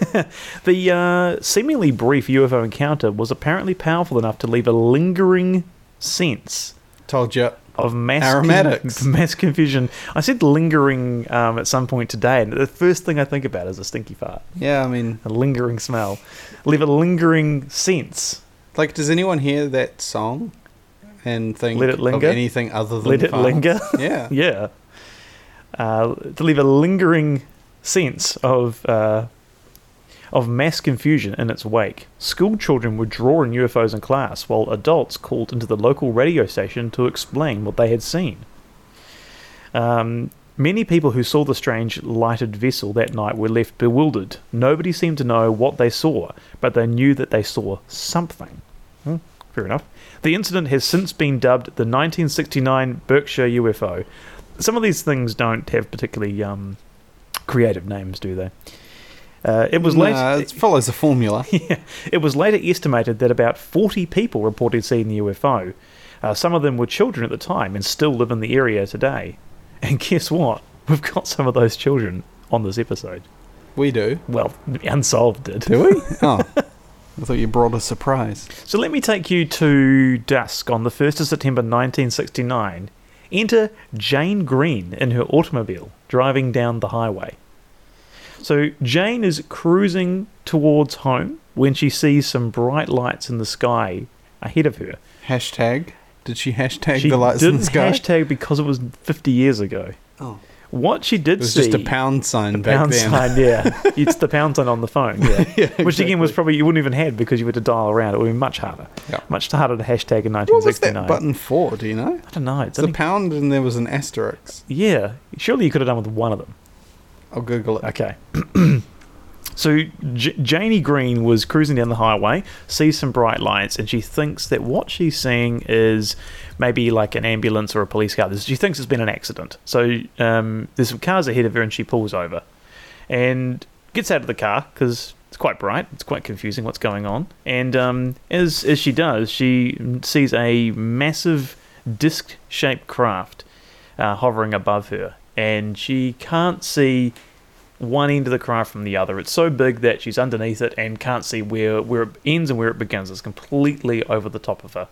B: the uh, seemingly brief UFO encounter was apparently powerful enough to leave a lingering sense
A: Told you.
B: of mass
A: Aromatics.
B: mass confusion. I said lingering um, at some point today, and the first thing I think about is a stinky fart,
A: Yeah, I mean,
B: a lingering smell, leave a lingering sense.
A: like, does anyone hear that song and think
B: Let it
A: of
B: linger?
A: anything other than
B: Let it
A: farts?
B: linger?
A: Yeah.
B: Yeah, uh, to leave a lingering sense of uh, of mass confusion in its wake. School children would draw in UFOs in class, while adults called into the local radio station to explain what they had seen. Um, many people who saw the strange lighted vessel that night were left bewildered. Nobody seemed to know what they saw, but they knew that they saw something. Hmm, fair enough. The incident has since been dubbed the 1969 Berkshire UFO. Some of these things don't have particularly um, creative names, do they? Uh, it was
A: Nah,
B: later
A: it follows a formula.
B: yeah. It was later estimated that about 40 people reported seeing the UFO. Uh, some of them were children at the time and still live in the area today. And guess what? We've got some of those children on this episode.
A: We do.
B: Well, Unsolved did.
A: Do we? Oh. I thought you brought a surprise.
B: So let me take you to dusk on the 1st of September 1969. Enter Jane Green in her automobile driving down the highway. So Jane is cruising towards home when she sees some bright lights in the sky ahead of her.
A: Hashtag. Did she hashtag
B: She
A: the lights in
B: didn't
A: the sky?
B: hashtag because it was 50 years ago.
A: oh.
B: What she did
A: It was
B: see
A: just a pound sign back
B: pound
A: then.
B: sign, yeah, it's the pound sign on the phone, yeah. Which again was probably you wouldn't even had because you had to dial around. It would be much harder,
A: Yeah.
B: much harder to hashtag in
A: What was that
B: 1969.
A: button for? Do you know?
B: I don't know. It's
A: It's a
B: only,
A: pound and there was an asterisk.
B: yeah, surely you could have done with one of them.
A: I'll Google it.
B: Okay. so J- Janie Green was cruising down the highway, sees some bright lights, and she thinks that what she's seeing is maybe like an ambulance or a police car. She thinks it's been an accident. So um, there's some cars ahead of her, and she pulls over and gets out of the car because it's quite bright. It's quite confusing what's going on. And um, as as she does, she sees a massive disc-shaped craft uh, hovering above her, and she can't see one end of the craft from the other. It's so big that she's underneath it and can't see where where it ends and where it begins. It's completely over the top of her.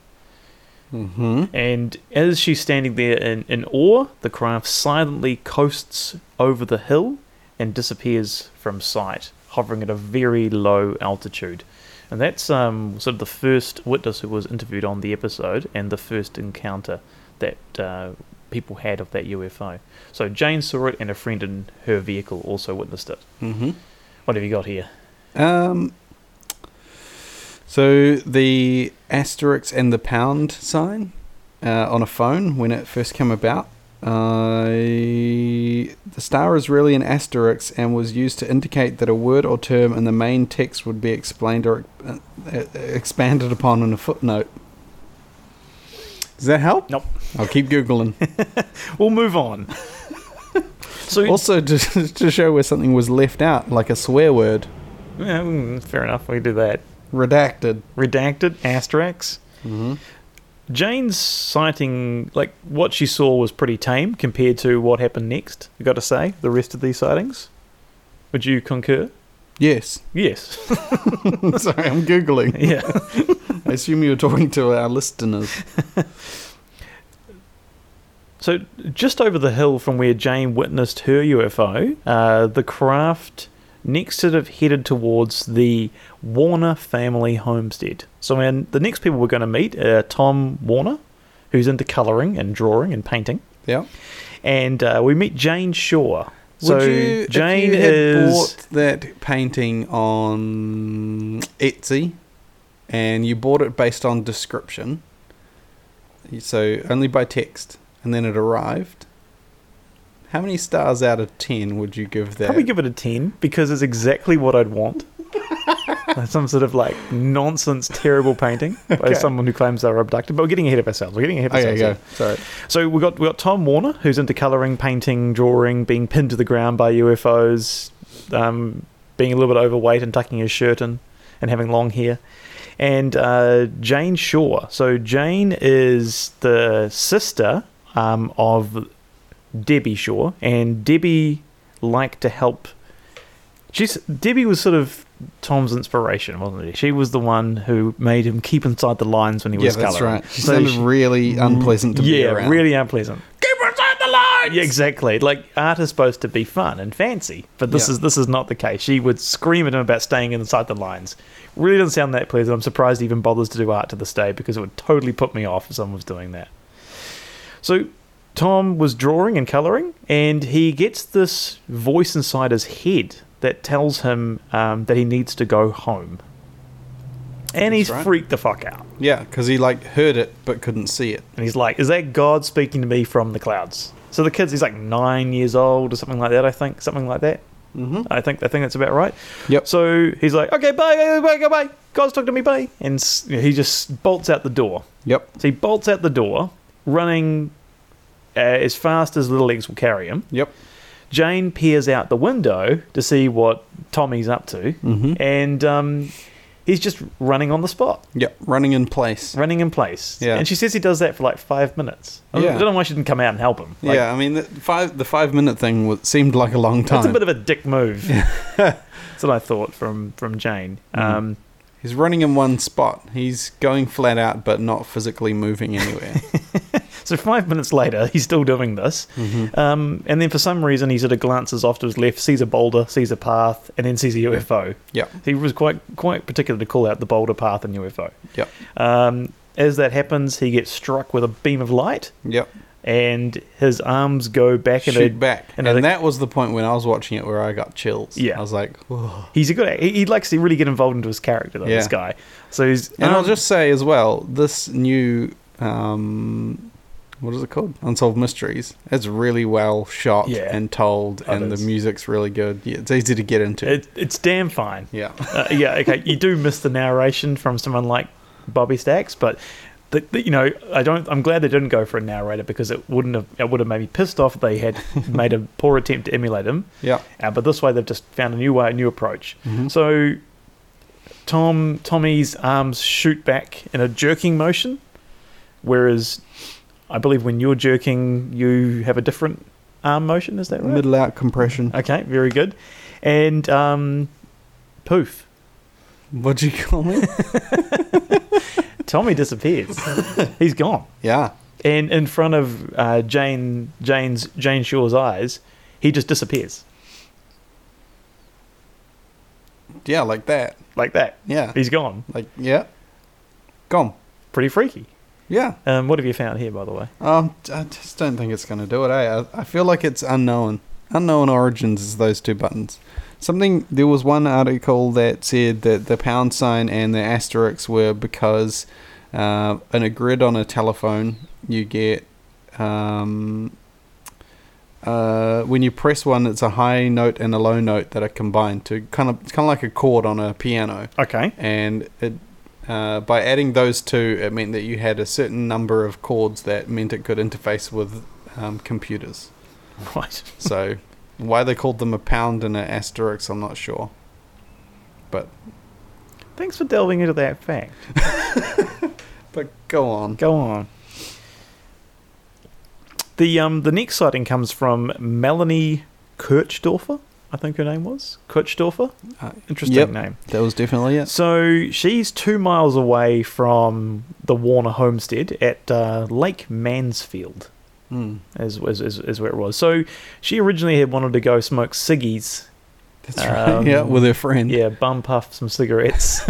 A: Mm-hmm.
B: And as she's standing there in, in awe, the craft silently coasts over the hill and disappears from sight, hovering at a very low altitude. And that's um, sort of the first witness who was interviewed on the episode and the first encounter that uh, people had of that UFO. So Jane saw it, and a friend in her vehicle also witnessed it.
A: Mm-hmm.
B: What have you got here?
A: Um, so the asterisk and the pound sign uh, on a phone when it first came about. Uh, the star is really an asterisk and was used to indicate that a word or term in the main text would be explained or uh, uh, expanded upon in a footnote. Does that help?
B: Nope.
A: I'll keep googling.
B: We'll move on. so
A: also, to, to show where something was left out, like a swear word,
B: yeah, mm, fair enough. We do that.
A: redacted.
B: redacted asterix
A: Mm-hmm.
B: jane's sighting like what she saw was pretty tame compared to what happened next i gotta say the rest of these sightings would you concur
A: Yes.
B: yes
A: Sorry, I'm googling.
B: yeah
A: I assume you were talking to our listeners.
B: So, just over the hill from where Jane witnessed her UFO, uh, the craft next sort of headed towards the Warner family homestead. So, when the next people we're going to meet are Tom Warner, who's into colouring and drawing and painting,
A: Yeah.
B: and uh, we meet Jane Shaw. So,
A: Would you,
B: Jane
A: if you had
B: is.
A: bought that painting on Etsy, and you bought it based on description, so only by text, and then it arrived. How many stars out of ten would you give that?
B: Probably give it a 10 because it's exactly what I'd want. Like Some sort of like nonsense, terrible painting by
A: Okay.
B: someone who claims they were abducted. But we're getting ahead of ourselves. We're getting ahead of
A: okay,
B: ourselves.
A: go.
B: here.
A: Sorry.
B: So we got we got Tom Warner, who's into colouring, painting, drawing, being pinned to the ground by UFOs, um, being a little bit overweight and tucking his shirt in, and having long hair, and uh, Jane Shaw. So Jane is the sister um, of Debbie Shaw, and Debbie liked to help. She's Debbie was sort of Tom's inspiration, wasn't she? She was the one who made him keep inside the lines when he
A: Yeah,
B: was
A: that's
B: colouring.
A: right. She Mm,
B: So
A: sounded
B: she-
A: really unpleasant to be
B: yeah,
A: around.
B: really unpleasant.
A: Keep inside the lines.
B: Yeah, exactly. Like art is supposed to be fun and fancy, but this
A: Yeah.
B: is this is not the case. She would scream at him about staying inside the lines. Really doesn't sound that pleasant. I'm surprised he even bothers to do art to this day because it would totally put me off if someone was doing that. So Tom was drawing and colouring, and he gets this voice inside his head that tells him um, that he needs to go home. And
A: That's
B: he's
A: right.
B: freaked the fuck out.
A: Yeah, because he like heard it but couldn't see it.
B: And he's like, Is that God speaking to me from the clouds? So the kid's he's like nine years old or something like that, I think. Something like that.
A: Mm-hmm.
B: I think I think that's about right.
A: Yep.
B: So he's like, Okay, bye, bye, bye, bye, bye. God's talking to me, bye. And s- he just bolts out the door.
A: Yep.
B: So he bolts out the door, running uh, as fast as little legs will carry him.
A: Yep.
B: Jane peers out the window to see what Tommy's up to.
A: Mm-hmm.
B: And um, he's just running on the spot
A: Yep. Running in place.
B: running in place.
A: Yeah.
B: And she says he does that for like five minutes. I don't-
A: Yeah.
B: I don't know why she didn't come out and help him. Like,
A: yeah, I mean, the five the five minute thing was, seemed like a long
B: That's a
A: time.
B: bit of a dick move. that's what I thought from from Jane.
A: Mm-hmm.
B: Um,
A: He's running in one spot. He's going flat out, but not physically moving anywhere.
B: so five minutes later, he's still doing this.
A: Mm-hmm.
B: Um, and then for some reason, he sort of glances off to his left, sees a boulder, sees a path, and then sees a UFO.
A: yep,
B: He was quite quite particular to call out the boulder path and UFO.
A: yep,
B: Um, as that happens, he gets struck with a beam of light,
A: yep.
B: and his arms go back in a
A: Shoot back,
B: and
A: and,
B: I think-
A: that was the point when I was watching it where I got chills.
B: Yeah.
A: I was like, Whoa.
B: He's a good. He, he likes to really get involved into his character, though. This
A: Yeah.
B: guy. So he's.
A: and I'll
B: um,
A: just say as well, this new um, what is it called? Unsolved Mysteries. It's really well shot
B: Yeah.
A: and told,
B: Oh, it
A: and the
B: is.
A: music's really good. Yeah, it's easy to get into.
B: It, it's damn fine.
A: yeah,
B: Uh, yeah. Okay. you do miss the narration from someone like Bobby Stacks, but. The, the- you know, I don't. I'm glad they didn't go for a narrator because it wouldn't have. It would have made me pissed off if they had made a poor attempt to emulate him.
A: yeah,
B: Uh, but this way, they've just found a new way, a new approach. So, Tom, Tommy's arms shoot back in a jerking motion, whereas I believe when you're jerking, you have a different arm motion. Is that right?
A: middle out compression.
B: Okay, very good. And um, poof,
A: What'd you call me?
B: Tommy disappears. He's gone.
A: yeah.
B: And in front of uh, Jane, Jane's, Jane Shaw's eyes, he just disappears
A: Yeah, like that.
B: like that.
A: Yeah.
B: He's gone.
A: Like, yeah. Gone.
B: Pretty freaky.
A: Yeah.
B: Um, what have you found here, by the way?
A: Um, I just don't think it's going to do it, eh? I, I feel like it's unknown. Unknown origins is those two buttons. Something, there was one article that said that the pound sign and the asterisk were because uh, in a grid on a telephone, you get, um, uh, when you press one, it's a high note and a low note that are combined to kind of, it's kind of like a chord on a piano
B: Okay.
A: and it, uh, by adding those two, it meant that you had a certain number of chords that meant it could interface with um, computers.
B: Right.
A: So, why they called them a pound and an asterisk, I'm not sure. But
B: Thanks for delving into that fact.
A: but go on.
B: Go on. The um the next sighting comes from Melanie Kirchdorfer, I think her name was. Kirchdorfer?
A: Uh,
B: Interesting
A: yep,
B: name.
A: That was definitely it.
B: So she's two miles away from the Warner homestead at uh, Lake Mansfield.
A: Mm.
B: is, is, is, is where it was. So she originally had wanted to go smoke ciggies.
A: That's right.
B: Um,
A: yeah, with her friend.
B: Yeah, bum puff some cigarettes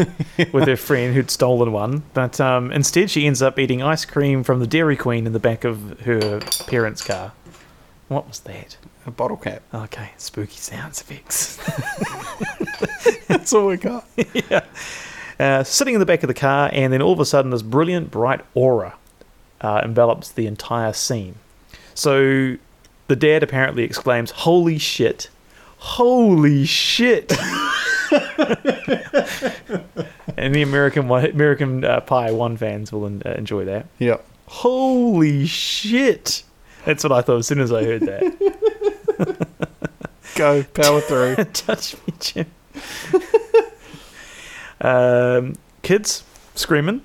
B: with her friend who'd stolen one. But um, instead, she ends up eating ice cream from the Dairy Queen in the back of her parents' car. What was that?
A: A bottle cap.
B: Okay, spooky sounds effects.
A: That's all we got.
B: Uh, sitting in the back of the car, and then all of a sudden, this brilliant, bright aura uh, envelops the entire scene. So the dad apparently exclaims, Holy shit! Holy shit! and the American one- American uh, Pie 1 fans will en- uh, enjoy that.
A: Yep.
B: Holy shit! That's what I thought as soon as I heard that.
A: Go power through.
B: Touch me, Jim. um, kids screaming.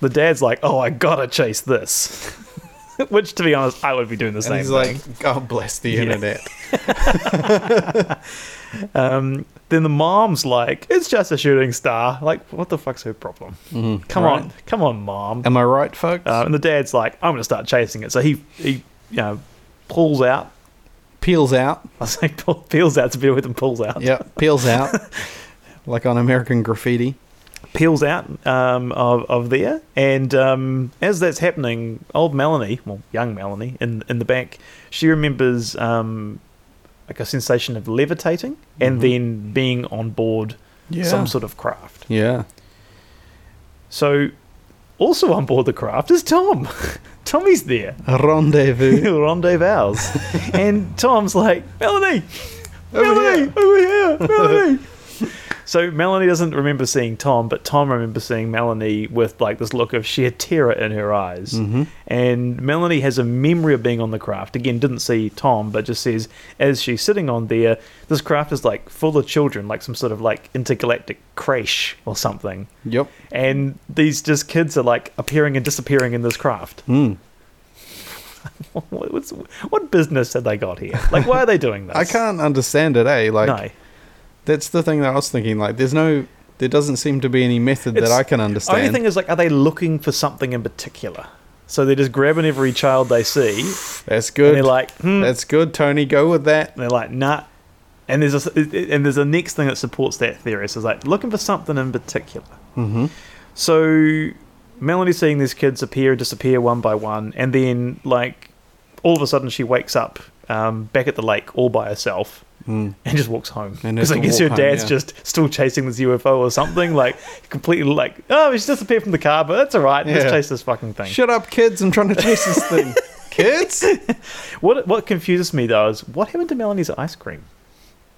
B: The dad's like, "Oh, I gotta chase this," which, to be honest, I would be doing the
A: and
B: same
A: he's
B: thing.
A: like, God bless the
B: Yeah.
A: internet.
B: um, then the mom's like, "It's just a shooting star." Like, what the fuck's her problem?
A: Mm,
B: Come
A: right?
B: on, come on, mom.
A: Am I right, folks?
B: Uh, and the dad's like, "I'm gonna start chasing it." So he, he, you know, pulls out.
A: peels out.
B: I say pull, peels out to be with and pulls out.
A: Yep, peels out. like on American Graffiti.
B: peels out um, of, of there. And um, as that's happening, old Melanie, well, young Melanie, in, in the back, she remembers um, like a sensation of levitating and
A: Mhm.
B: then being on board
A: Yeah.
B: some sort of craft.
A: yeah.
B: So, also on board the craft is Tom. Tommy's there.
A: Rendezvous.
B: Rendezvous. and Tom's like, Melanie,
A: Over
B: Melanie, over here, Melanie. so Melanie doesn't remember seeing Tom, but Tom remembers seeing Melanie with like this look of sheer terror in her eyes.
A: Mhm.
B: And Melanie has a memory of being on the craft. Again, didn't see Tom, but just says as she's sitting on there, this craft is like full of children, like some sort of like intergalactic creche or something.
A: yep.
B: And these just kids are like appearing and disappearing in this craft.
A: Mm.
B: What- What's, what business have they got here? Like, why are they doing this?
A: I can't understand it, eh? Like,
B: no.
A: that's the thing that I was thinking. Like, there's no, there doesn't seem to be any method
B: It's-
A: that I can
B: The only
A: understand.
B: thing is, like, are they looking for something in particular? So they're just grabbing every child they see,
A: that's
B: and they're
A: good. Mm.
B: like, Mm. hmm. and
A: that's good, Tony. Go with that.
B: they're like, nah. And there's a, and there's a next thing that supports that theory. So it's like looking for something in particular.
A: Mm-hmm.
B: So Melanie's seeing these kids appear and disappear one by one, and then like all of a sudden she wakes up um, back at the lake all by herself.
A: Mm.
B: and just walks home
A: And
B: because
A: has
B: I
A: to
B: guess her
A: walk home,
B: dad's
A: yeah.
B: just still chasing this UFO or something. Like completely like oh, he's disappeared from the car, but that's all right. Let's
A: Yeah.
B: chase this fucking thing.
A: Shut up, kids! I'm trying to chase this thing. kids,
B: What what confuses me though is what happened to Melanie's ice cream.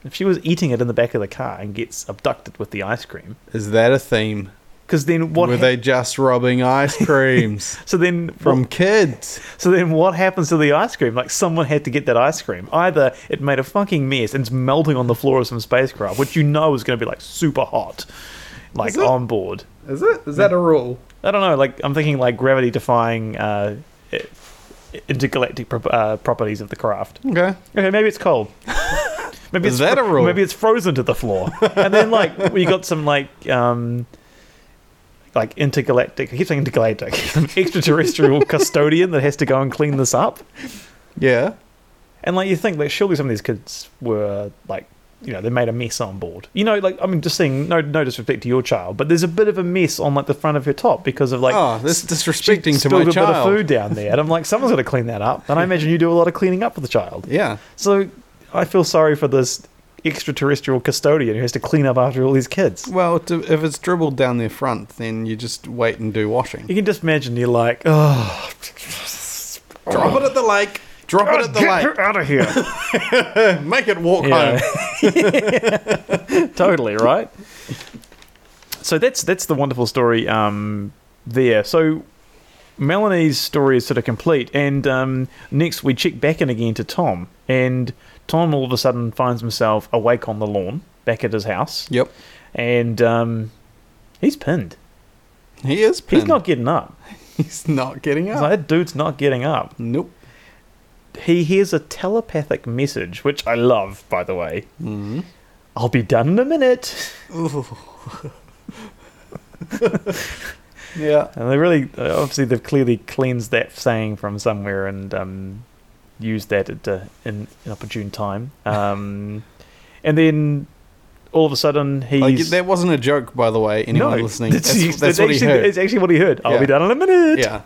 B: If she was eating it in the back of the car and gets abducted with the ice cream,
A: is that a theme?
B: because then what?
A: Were
B: hap-
A: they just robbing ice creams
B: so then
A: from
B: from
A: kids?
B: so then what happens to the ice cream? Like someone had to get that ice cream. Either it made a fucking mess and it's melting on the floor of some spacecraft, which you know is going to be like super hot, like
A: Is it?
B: on board.
A: Is it? Is that a rule?
B: I don't know. Like I'm thinking like gravity defying uh, i- intergalactic prop uh, properties of the craft.
A: Okay.
B: Okay, maybe it's cold. Maybe
A: Is
B: it's
A: that
B: fro-
A: a rule?
B: Maybe it's frozen to the floor, and then like we got some like um, like intergalactic. I keep saying intergalactic. Some extraterrestrial custodian that has to go and clean this up.
A: Yeah.
B: And like you think, like surely some of these kids were like, you know, they made a mess on board. You know, like I mean, just saying, no, no disrespect to your child, but there's a bit of a mess on like the front of her top because of like
A: oh, that's disrespecting to
B: spilled
A: my
B: a bit of
A: child.
B: food down there, and I'm like, someone's got to clean that up. And I imagine you do a lot of cleaning up for the child.
A: Yeah.
B: So I feel sorry for this extraterrestrial custodian who has to clean up after all these kids.
A: Well, it- if it's dribbled down their front, then you just wait and do washing.
B: You can just imagine you're like, oh,
A: Drop it at the lake. Drop it at the
B: get
A: lake.
B: her out of here.
A: Make it walk
B: Yeah.
A: home.
B: totally right. So that's that's the wonderful story um, there. So Melanie's story is sort of complete, and um, next we check back in again to Tom, and Tom all of a sudden finds himself awake on the lawn back at his house,
A: Yep.
B: and um, he's pinned.
A: He is pinned.
B: He's not getting up.
A: He's not getting
B: He's
A: out.
B: like, that dude's not getting up.
A: nope.
B: He hears a telepathic message, which I love, by the way.
A: Mm-hmm.
B: I'll be done in a minute.
A: Yeah.
B: And they really, uh, obviously, they've clearly cleansed that saying from somewhere and um, use that at uh, in an opportune time. Um, and then all of a sudden he's
A: Like, that wasn't a joke, by the way. Anyone listening? That's, that's, what he
B: actually,
A: heard.
B: It's actually what he heard. I'll
A: Yeah.
B: be done in a minute.
A: Yeah.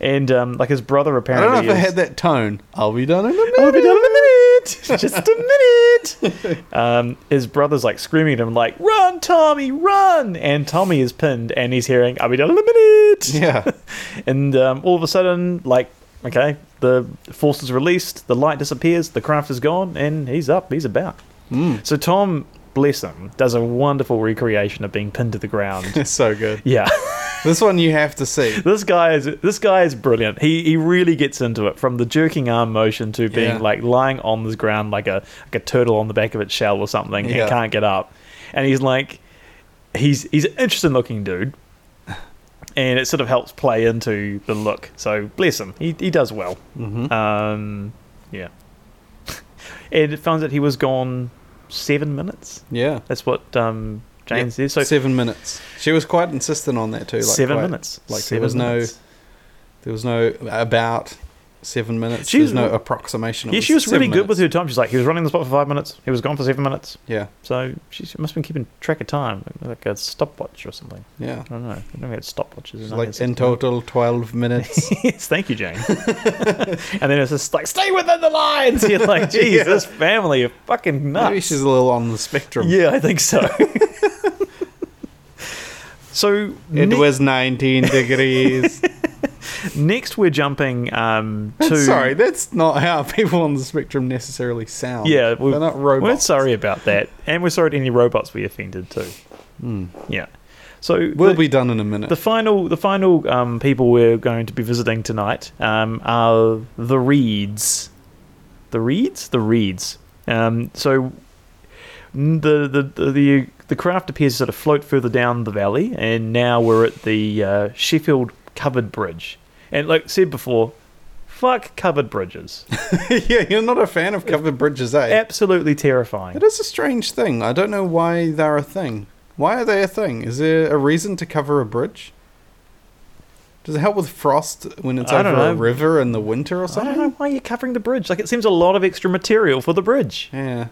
B: And um, like his brother
A: I don't know
B: apparently
A: if I
B: is-
A: had that tone. I'll be done in a minute.
B: I'll be down in a minute. Just a minute. Um, his brother's like screaming at him, like, "Run, Tommy, run!" And Tommy is pinned, and he's hearing, "I'll be down in a minute."
A: Yeah.
B: And um, all of a sudden, like, okay, the force is released, the light disappears, the craft is gone, and he's up, he's about.
A: Mm.
B: So Tom, bless him, does a wonderful recreation of being pinned to the ground.
A: It's so good.
B: yeah.
A: This one you have to see.
B: This guy is this guy is brilliant. He he really gets into it from the jerking arm motion to being
A: Yeah.
B: like lying on the ground like a like a turtle on the back of its shell or something
A: Yeah.
B: and can't get up. And he's like he's he's an interesting looking dude. And it sort of helps play into the look. So bless him. He he does well.
A: Mm-hmm.
B: Um yeah. and it found that he was gone seven minutes.
A: Yeah.
B: That's what um Jane
A: Yeah,
B: says. So
A: seven minutes. She was quite insistent on that too. Like
B: seven
A: quite-
B: minutes.
A: like, there
B: seven
A: was no-
B: minutes.
A: There was no about seven minutes.
B: She
A: There's
B: was-
A: no approximation. It
B: Yeah, she was really
A: seven
B: good with
A: minutes.
B: her time. She's like, he was running the spot for five minutes. He was gone for seven minutes.
A: Yeah,
B: So she must have been keeping track of time, like a stopwatch or something.
A: yeah.
B: I don't know. I never had stopwatches.
A: It's
B: I
A: like
B: had
A: in total twelve minutes.
B: yes, thank you, Jane. and then it's just like, stay within the lines. You're like, geez,
A: Yeah.
B: this family are fucking nuts.
A: Maybe she's a little on the spectrum.
B: yeah, I think so. so
A: It
B: ne-
A: was 19 degrees.
B: next we're jumping um, to.
A: sorry, that's not how people on the spectrum necessarily sound.
B: Yeah, we-
A: they're not
B: We're
A: robots.
B: sorry about that, and we're sorry to any robots we offended too.
A: Mm.
B: Yeah. So
A: We'll
B: the-
A: be done in a minute.
B: The final, the final um, people we're going to be visiting tonight um, are the Reeds. The Reeds, the Reeds. Um, so n- the the the. the the craft appears to sort of float further down the valley, and now we're at the uh, Sheffield Covered Bridge. And like said before, fuck covered bridges.
A: yeah, you're not a fan of covered bridges, eh?
B: Absolutely terrifying.
A: It is a strange thing. I don't know why they're a thing. Why are they a thing? Is there a reason to cover a bridge? Does it help with frost when it's
B: I
A: over
B: don't
A: a
B: know.
A: river in the winter or
B: I don't
A: something?
B: know why you're covering the bridge. Like it seems a lot of extra material for the bridge.
A: Yeah.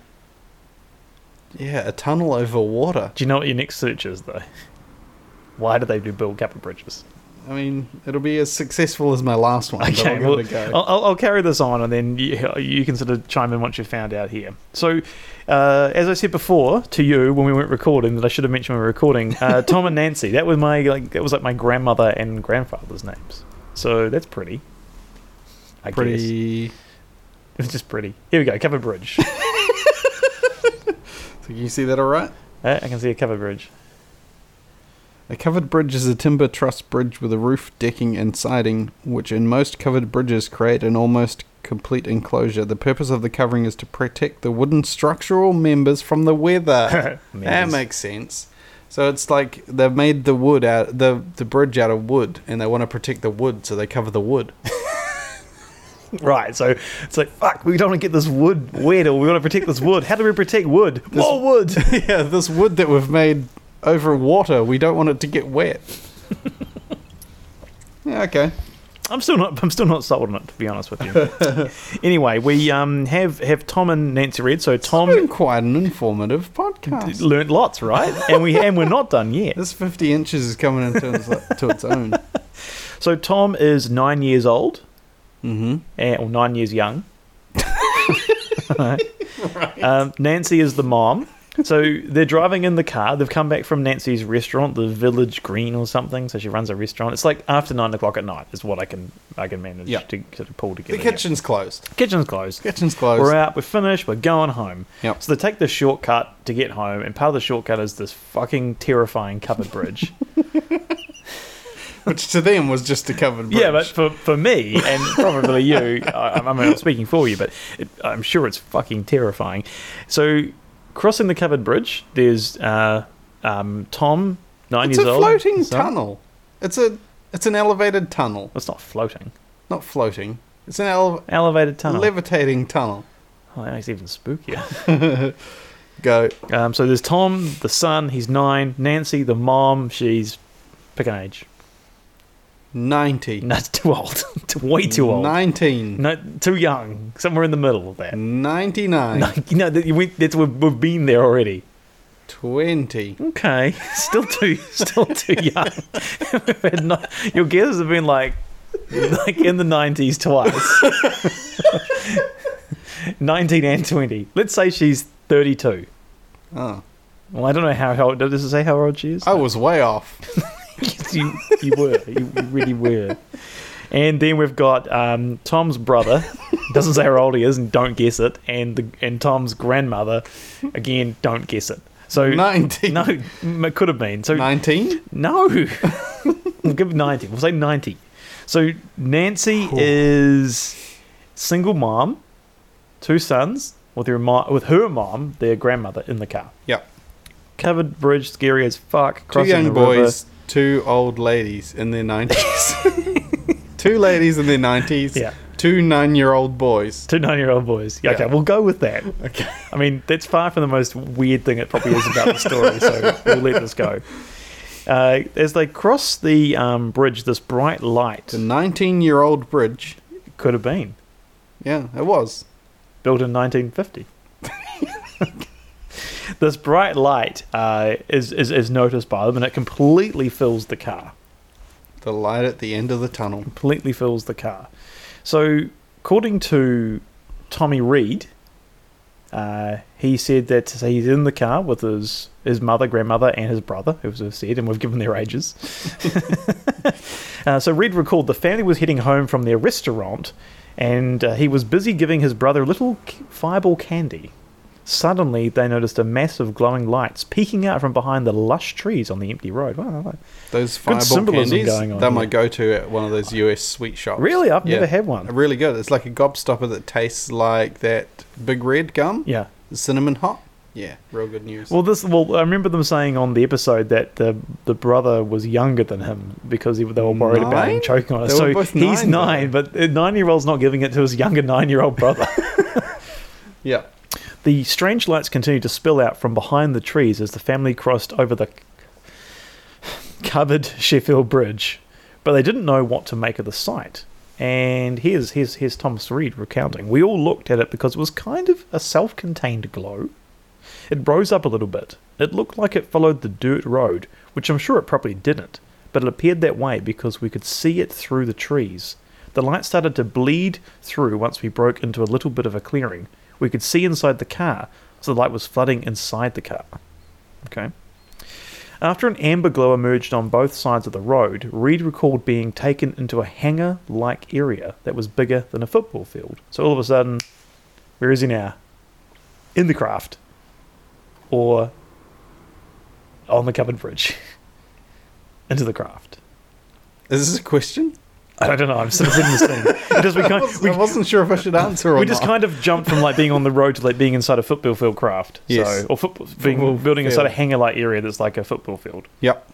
A: Yeah, a tunnel over water.
B: Do you know what your next search is, though? Why do they do build covered bridges?
A: I mean, it'll be as successful as my last one. but
B: Okay,
A: I'll
B: well, oh,
A: give it a go.
B: I'll, I'll- I'll carry this on, and then you, you can sort of chime in once you've found out here. So, uh, as I said before to you when we weren't recording, that I should have mentioned when we were recording, uh, Tom and Nancy. That was my like that was like my grandmother and grandfather's names. So that's pretty. I guess.
A: Pretty.
B: It's just pretty. Here we go, covered bridge.
A: So you see that all right?
B: Uh, I can see a covered bridge.
A: A covered bridge is a timber truss bridge with a roof, decking, and siding, which in most covered bridges create an almost complete enclosure. The purpose of the covering is to protect the wooden structural members from the weather. that
B: Members.
A: makes sense. So it's like they've made the wood out the the bridge out of wood, and they want to protect the wood, so they cover the wood.
B: Right, so it's like fuck. We don't want to get this wood wet, or we want to protect this wood. How do we protect wood? More wood.
A: yeah, this wood that we've made over water, we don't want it to get wet. yeah, okay.
B: I'm still not. I'm still not sold on it, to be honest with you. anyway, we um have have Tom and Nancy read. So
A: Been
B: Tom
A: quite an informative podcast.
B: learnt lots, right? And we and we're not done yet.
A: This 50 inches is coming into its, to its own.
B: So Tom is nine years old,
A: Mm-hmm.
B: eh, or nine years young. right. um, Nancy is the mom. So they're driving in the car. They've come back from Nancy's restaurant, the Village Green or something. So she runs a restaurant. It's like after nine o'clock at night is what I can I can manage
A: Yeah.
B: to sort of pull
A: The
B: together. here.
A: kitchen's closed.
B: Kitchen's closed.
A: Kitchen's closed.
B: We're out. We're finished. We're going home.
A: Yep.
B: So they take the shortcut to get home, and part of the shortcut is this fucking terrifying covered bridge.
A: Which to them was just a covered bridge.
B: yeah, but for, for me and probably you, I, I mean, I'm speaking for you, but it, I'm sure it's fucking terrifying. So crossing the covered bridge, there's uh, um, Tom, nine
A: it's a
B: years old.
A: floating
B: his son.
A: tunnel. It's a it's an elevated tunnel,
B: It's not floating.
A: not floating. It's an ele-
B: Elevated tunnel.
A: levitating tunnel.
B: oh, that's even spookier.
A: Go.
B: Um, so there's Tom, the son, he's nine. Nancy, the mom, she's pick an age.
A: 90.
B: That's too old. Way too old.
A: 19.
B: No, too young. Somewhere in the middle of that.
A: 99.
B: No, you know, that- we, that's, we've, we've been there already.
A: 20.
B: Okay, still too, still too young. We've had no- your guesses have been like, like in the nineties twice. Nineteen and twenty. Let's say she's thirty-two.
A: Oh.
B: Well, I don't know how old. Does it say how old she is?
A: I was way off.
B: Yes, you, you were. You really were. And then we've got um, Tom's brother. Doesn't say how old he is, and don't guess it. And the and Tom's grandmother, again, don't guess it. So
A: 19.
B: no, it could have been. So
A: 19?
B: no. we'll give 90. We'll say 90. So Nancy is single mom, two sons with her mom, with her mom, their grandmother in the car.
A: Yep.
B: Covered bridge, scary as fuck.
A: Two
B: Crossing the
A: young
B: river.
A: boys, two old ladies in their 90s. two ladies in their 90s.
B: Yeah.
A: Two nine year old boys.
B: Two nine-year-old boys. Yeah,
A: Yeah.
B: Okay, we'll go with that.
A: Okay.
B: I mean, that's far from the most weird thing it probably is about the story, so we'll let this go. Uh, as they cross the um, bridge, this bright light
A: The 19 year old bridge.
B: could have been
A: Yeah, it was.
B: built in 1950. this bright light uh, is, is is noticed by them, and it completely fills the car.
A: The light at the end of the tunnel.
B: Completely fills the car. So, according to Tommy Reed, uh, he said that so he's in the car with his his mother, grandmother, and his brother, who was said, and we've given their ages. Uh, so Reed recalled the family was heading home from their restaurant, and uh, he was busy giving his brother a little c- fireball candy. Suddenly, they noticed a mass of glowing lights peeking out from behind the lush trees on the empty road. Wow!
A: Those fireball
B: symbolism
A: candies.
B: going on
A: they're
B: here.
A: my go to at one of those US sweet shops.
B: Really, I've never had
A: They're
B: one.
A: Really good. It's like a gobstopper that tastes like that big red gum.
B: Yeah.
A: Cinnamon hot. Yeah, real good news.
B: Well, this. Well, I remember them saying on the episode that the the brother was younger than him because he, they were worried about him
A: Nine?
B: choking on it.
A: They
B: so
A: were both
B: he's
A: nine, though.
B: nine, but the nine year old's not giving it to his younger nine year old brother.
A: yeah.
B: The strange lights continued to spill out from behind the trees as the family crossed over the covered Sheffield Bridge, but they didn't know what to make of the sight. And here's here's here's Tom Reed recounting. We all looked at it because it was kind of a self-contained glow. It rose up a little bit. It looked like it followed the dirt road, which I'm sure it probably didn't, but it appeared that way because we could see it through the trees. The light started to bleed through once we broke into a little bit of a clearing. We could see inside the car, so the light was flooding inside the car. Okay. After an amber glow emerged on both sides of the road, Reed recalled being taken into a hangar like area that was bigger than a football field. So all of a sudden, where is he now? In the craft. Or on the covered bridge. into the craft.
A: Is this a question?
B: I don't know. I'm sort of sitting this thing. Because we
A: I
B: can't,
A: wasn't, I wasn't sure if I should answer or
B: we just
A: not.
B: kind of jumped from like being on the road to like being inside a football field craft.
A: Yes.
B: So, or football, being
A: Football
B: building inside a
A: field.
B: hangar like area that's like a football field.
A: Yep.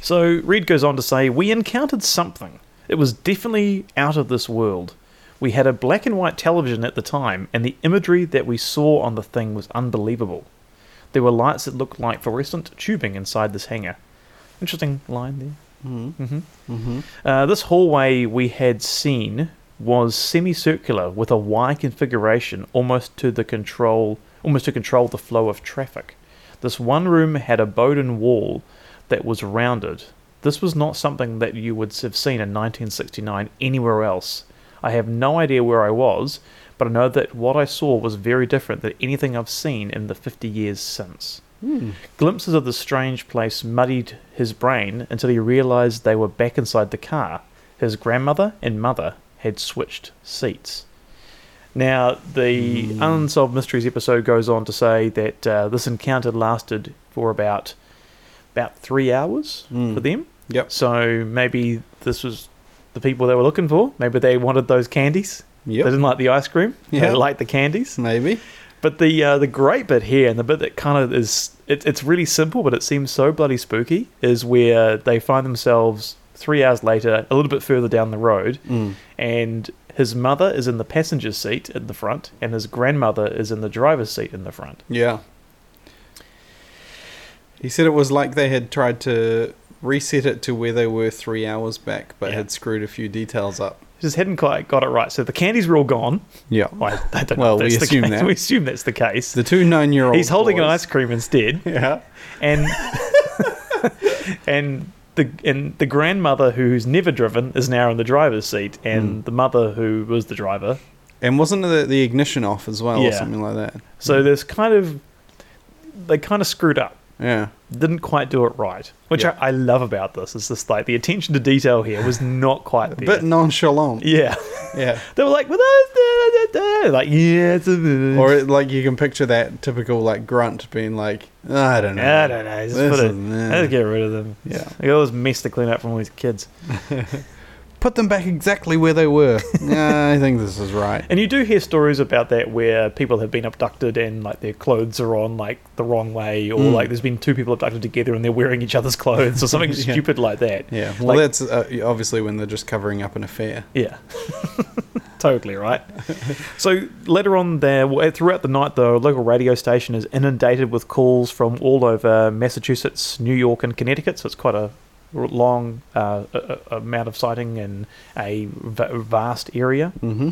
B: So Reed goes on to say, We encountered something. It was definitely out of this world. We had a black and white television at the time, and the imagery that we saw on the thing was unbelievable. There were lights that looked like fluorescent tubing inside this hangar. Interesting line there. Uh, this hallway we had seen was semicircular with a Y configuration, almost to the control, almost to control the flow of traffic. This one room had a Bowden wall that was rounded. This was not something that you would have seen in 1969 anywhere else. I have no idea where I was, but I know that what I saw was very different than anything I've seen in the 50 years since. Glimpses of the strange place muddied his brain until he realized they were back inside the car. His grandmother and mother had switched seats. Now, the Unsolved Mysteries episode goes on to say that uh, this encounter lasted for about about three hours
A: Mm.
B: for them.
A: Yep.
B: So maybe this was the people they were looking for. Maybe they wanted those candies.
A: Yep.
B: They didn't like the ice cream. They
A: Yeah.
B: liked the candies.
A: Maybe.
B: But the uh, the great bit here, and the bit that kind of is it, it's really simple, but it seems so bloody spooky, is where they find themselves three hours later, a little bit further down the road,
A: Mm.
B: and his mother is in the passenger seat in the front, and his grandmother is in the driver's seat in the front.
A: Yeah. He said it was like they had tried to reset it to where they were three hours back, but
B: Yeah.
A: had screwed a few details up.
B: Just hadn't quite got it right. So the candies were all gone.
A: Yeah.
B: Well, I don't
A: Well,
B: know if
A: we
B: that's the
A: assume
B: case.
A: that.
B: We assume that's the case.
A: The two nine year olds.
B: He's holding an ice cream instead.
A: Yeah.
B: and and the and the grandmother who's never driven is now in the driver's seat,
A: Hmm.
B: and the mother who was the driver.
A: And wasn't the, the ignition off as well or
B: Yeah.
A: something like that?
B: So there's kind of they kind of screwed up,
A: Yeah.
B: didn't quite do it right, which
A: Yeah.
B: I, I love about this. It's just like the attention to detail here was not quite
A: A
B: there.
A: bit nonchalant.
B: yeah,
A: Yeah.
B: they were like, well, da, da, da, da," like yeah, it's a,
A: Or it, like you can picture that typical like grunt being like, I don't know.
B: I don't know. Just
A: This
B: put it,
A: and that."
B: let's get rid of them.
A: Yeah.
B: I got all this mess to clean up from all these kids.
A: Put them back exactly where they were. yeah, I think this is right.
B: And you do hear stories about that where people have been abducted and like their clothes are on like the wrong way, or
A: Mm.
B: like there's been two people abducted together and they're wearing each other's clothes, or something
A: Yeah.
B: stupid like that.
A: Yeah. Well,
B: Like-
A: that's uh, obviously when they're just covering up an affair.
B: Yeah, totally right. so later on, there well, eh, throughout the night, the local radio station is inundated with calls from all over Massachusetts, New York, and Connecticut. So it's quite a r- long uh, a- a- amount of sighting in a v- vast area.
A: Mm-hmm.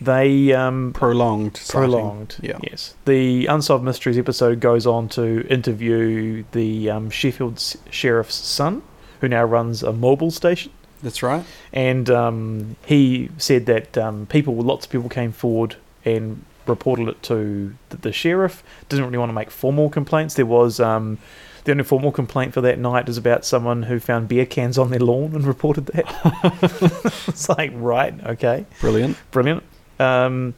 B: They um,
A: Prolonged. sighting.
B: prolonged.
A: Yeah.
B: Yes. The unsolved mysteries episode goes on to interview the um, Sheffield s- sheriff's son, who now runs a mobile station,
A: That's right.
B: and um, he said that um, people, lots of people, came forward and reported it to the, the sheriff. Didn't really want to make formal complaints. There was. Um, the only formal complaint for that night is about someone who found beer cans on their lawn and reported that. it's like, right, okay.
A: Brilliant.
B: Brilliant. Um,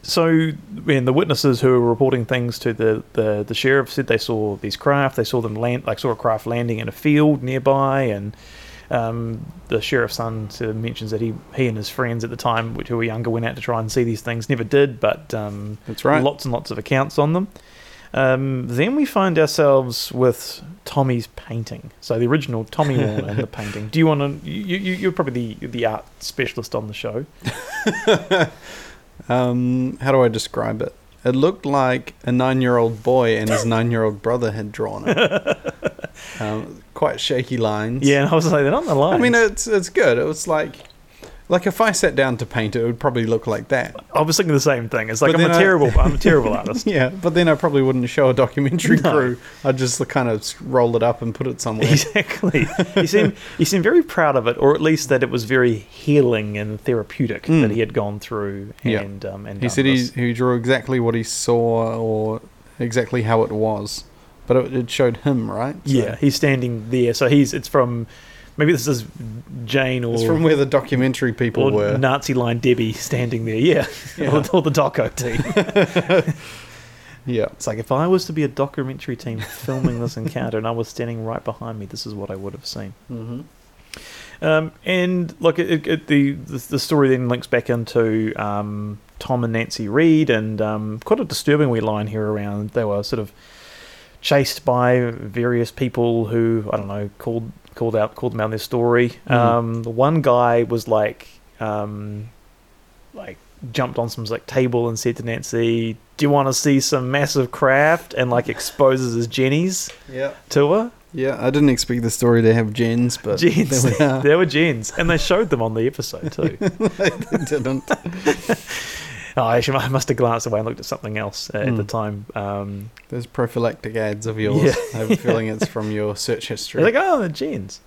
B: so, when the witnesses who were reporting things to the, the, the sheriff said they saw these craft, they saw them land, like saw a craft landing in a field nearby, and um, the sheriff's son sort of mentions that he he and his friends at the time, which who were younger, went out to try and see these things, never did, but um,
A: That's right.
B: lots and lots of accounts on them. Um, then we find ourselves with Tommy's painting. So the original Tommy Warner and the painting. Do you want to? You, you, you're probably the, the art specialist on the show.
A: Um, how do I describe it? It looked like a nine-year-old boy and his nine-year-old brother had drawn it. um, quite shaky lines.
B: Yeah, and I was like, they're not the line.
A: I mean, it's it's good. It was like, like if I sat down to paint it, it would probably look like that.
B: I was thinking the same thing. It's like
A: But
B: I'm a
A: then I-
B: terrible, uh, I... am a terrible artist.
A: Yeah, but then I probably wouldn't show a documentary
B: No.
A: crew. I'd just kind of roll it up and put it somewhere.
B: Exactly. You seem you seem very proud of it, or at least that it was very healing and therapeutic
A: Mm.
B: that he had gone through
A: Yeah.
B: and um and
A: He
B: done
A: said he,
B: this.
A: he drew exactly what he saw or exactly how it was, but it, it showed him, right? So
B: yeah he's standing there. So he's it's from maybe this is Jane or
A: It's from where the documentary people
B: or
A: were.
B: Nazi line Debbie standing there. Yeah,
A: Yeah.
B: or, or the doco team.
A: Yeah.
B: It's like if I was to be a documentary team filming this encounter and I was standing right behind me, this is what I would have seen.
A: Mm-hmm.
B: Um, and look, it, it, the, the the story then links back into um, Tom and Nancy Reed, and um, quite a disturbing wee line here around they were sort of chased by various people who I don't know called called out called them out in their story.
A: Mhm.
B: Um, the one guy was like um, like jumped on some like table and said to Nancy, "Do you want to see some massive craft?" and like exposes his jennies
A: Yeah.
B: to her.
A: Yeah, I didn't expect the story to have gens, but
B: Jeans.
A: Uh, there we are.
B: They were jeans, and they showed them on the episode too.
A: It didn't.
B: oh, actually, I must have glanced away and looked at something else uh, at the
A: Hmm.
B: time. Um,
A: Those prophylactic ads of yours. I have a feeling it's from your search
B: they're
A: history.
B: like, oh, the jeans.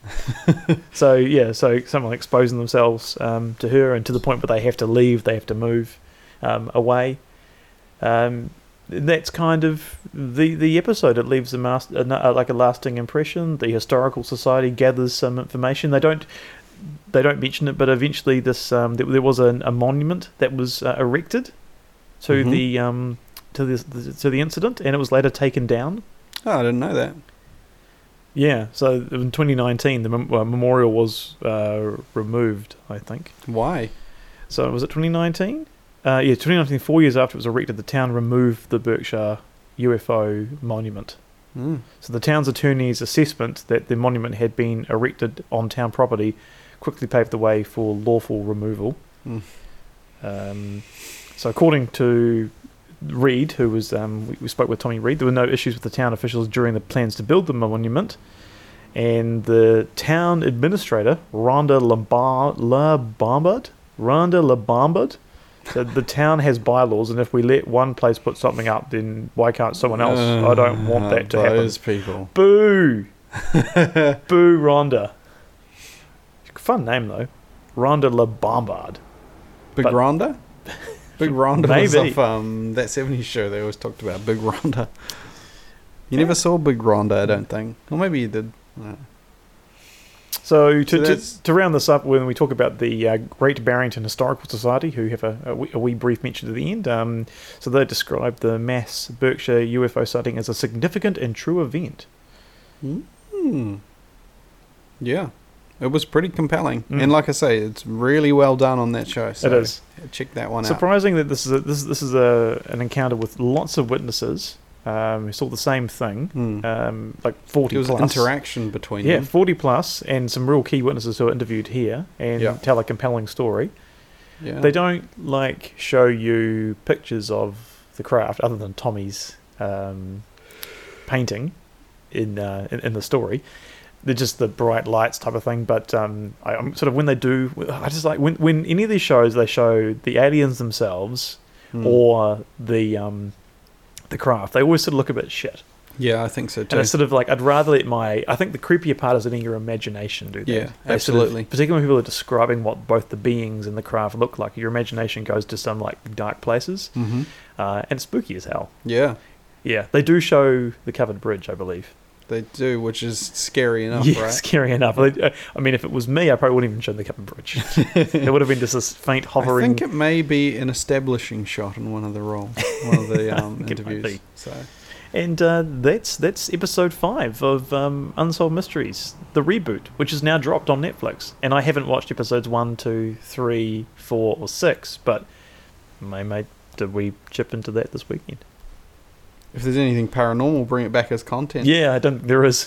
B: so yeah, so someone exposing themselves um, to her, and to the point where they have to leave, they have to move um, away. Um, that's kind of the the episode. It leaves a mas- a, na- like a lasting impression. The historical society gathers some information. They don't they don't mention it, but eventually this um, there, there was an, a monument that was uh, erected to
A: Mhm.
B: the um, to this to the incident, and it was later taken down.
A: oh, I didn't know that.
B: Yeah, so in 2019, the mem- uh, memorial was uh, removed, I think.
A: Why?
B: So was it 2019? Uh, yeah, 2019, four years after it was erected, the town removed the Berkshire UFO monument.
A: Mm.
B: So the town's attorney's assessment that the monument had been erected on town property quickly paved the way for lawful removal.
A: Hmm.
B: Um, so according to Reed, who was um, we, we spoke with Tommy Reed, there were no issues with the town officials during the plans to build the monument, and the town administrator, Rhonda Labar- Labombard. Rhonda Labombard said the town has bylaws, and if we let one place put something up, then why can't someone else? I don't want that to happen.
A: Uh, Ah, Those people.
B: Boo! Boo, Rhonda. Fun name, though. Rhonda LaBombard.
A: Big
B: But-
A: Rhonda? Big Rhonda was
B: Maybe.
A: off um, that 70s show they always talked about, Big Rhonda. You never saw Big Rhonda, I don't think. Or maybe you did. Uh,
B: So,
A: So
B: to,
A: that's-
B: to, to round this up, when we talk about the uh, Great Barrington Historical Society, who have a, a, wee, a wee brief mention at the end, um, so they describe the mass Berkshire UFO sighting as a significant and true event.
A: Hmm. Yeah. It was pretty compelling.
B: Mm.
A: And like I say, it's really well done on that show. So
B: it is.
A: Check that one out.
B: Surprising that this is a, this, this is a, an encounter with lots of witnesses um, who saw the same thing,
A: Mm.
B: um, like 40
A: It was an
B: plus.
A: interaction between
B: Yeah,
A: them.
B: 40 plus, and some real key witnesses who are interviewed here and
A: Yeah.
B: tell a compelling story.
A: Yeah.
B: They don't like show you pictures of the craft other than Tommy's um, painting in, uh, in in the story. They're just the bright lights type of thing. But um, I, I'm sort of when they do, I just like when when any of these shows they show the aliens themselves
A: Hmm.
B: or the um, the craft. They always sort of look a bit shit.
A: yeah, I think so too.
B: And it's sort of like I'd rather let my I think the creepier part is letting your imagination do that.
A: Yeah,
B: They sort of-
A: absolutely.
B: particularly when people are describing what both the beings and the craft look like, your imagination goes to some like dark places,
A: hmm
B: uh, and it's spooky as hell.
A: Yeah,
B: Yeah, they do show the covered bridge, I believe.
A: they do, which is scary enough,
B: yeah,
A: Oh, right?
B: scary enough. They- uh, I mean, if it was me, I probably wouldn't even show the covered bridge. it would have been just this faint
A: I
B: hovering.
A: think it may be an establishing shot in one of the roles, one of the um,
B: think it might
A: interviews.
B: be.
A: So
B: And uh, that's that's episode five of um, Unsolved Mysteries, the reboot, which is now dropped on Netflix. And I haven't watched episodes one, two, three, four, or six, but may may did we chip into that this weekend?
A: if there's anything paranormal, bring it back as content.
B: Yeah, I don't think there is.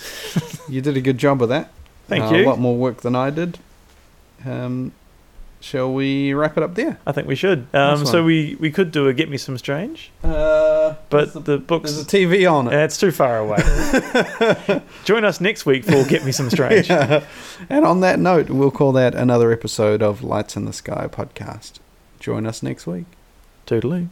A: You did a good job of that.
B: Thank
A: Uh,
B: you.
A: A lot more work than I did. Um, shall we wrap it up there?
B: I think we should. Um,
A: Nice
B: so
A: one.
B: we, we could do a Get Me Some Strange,
A: Uh,
B: but
A: there's a,
B: the books
A: there's a TV on it.
B: Uh, it's too far away. Join us next week for Get Me Some Strange.
A: Yeah. And on that note, we'll call that another episode of Lights in the Sky podcast. Join us next week.
B: Totally.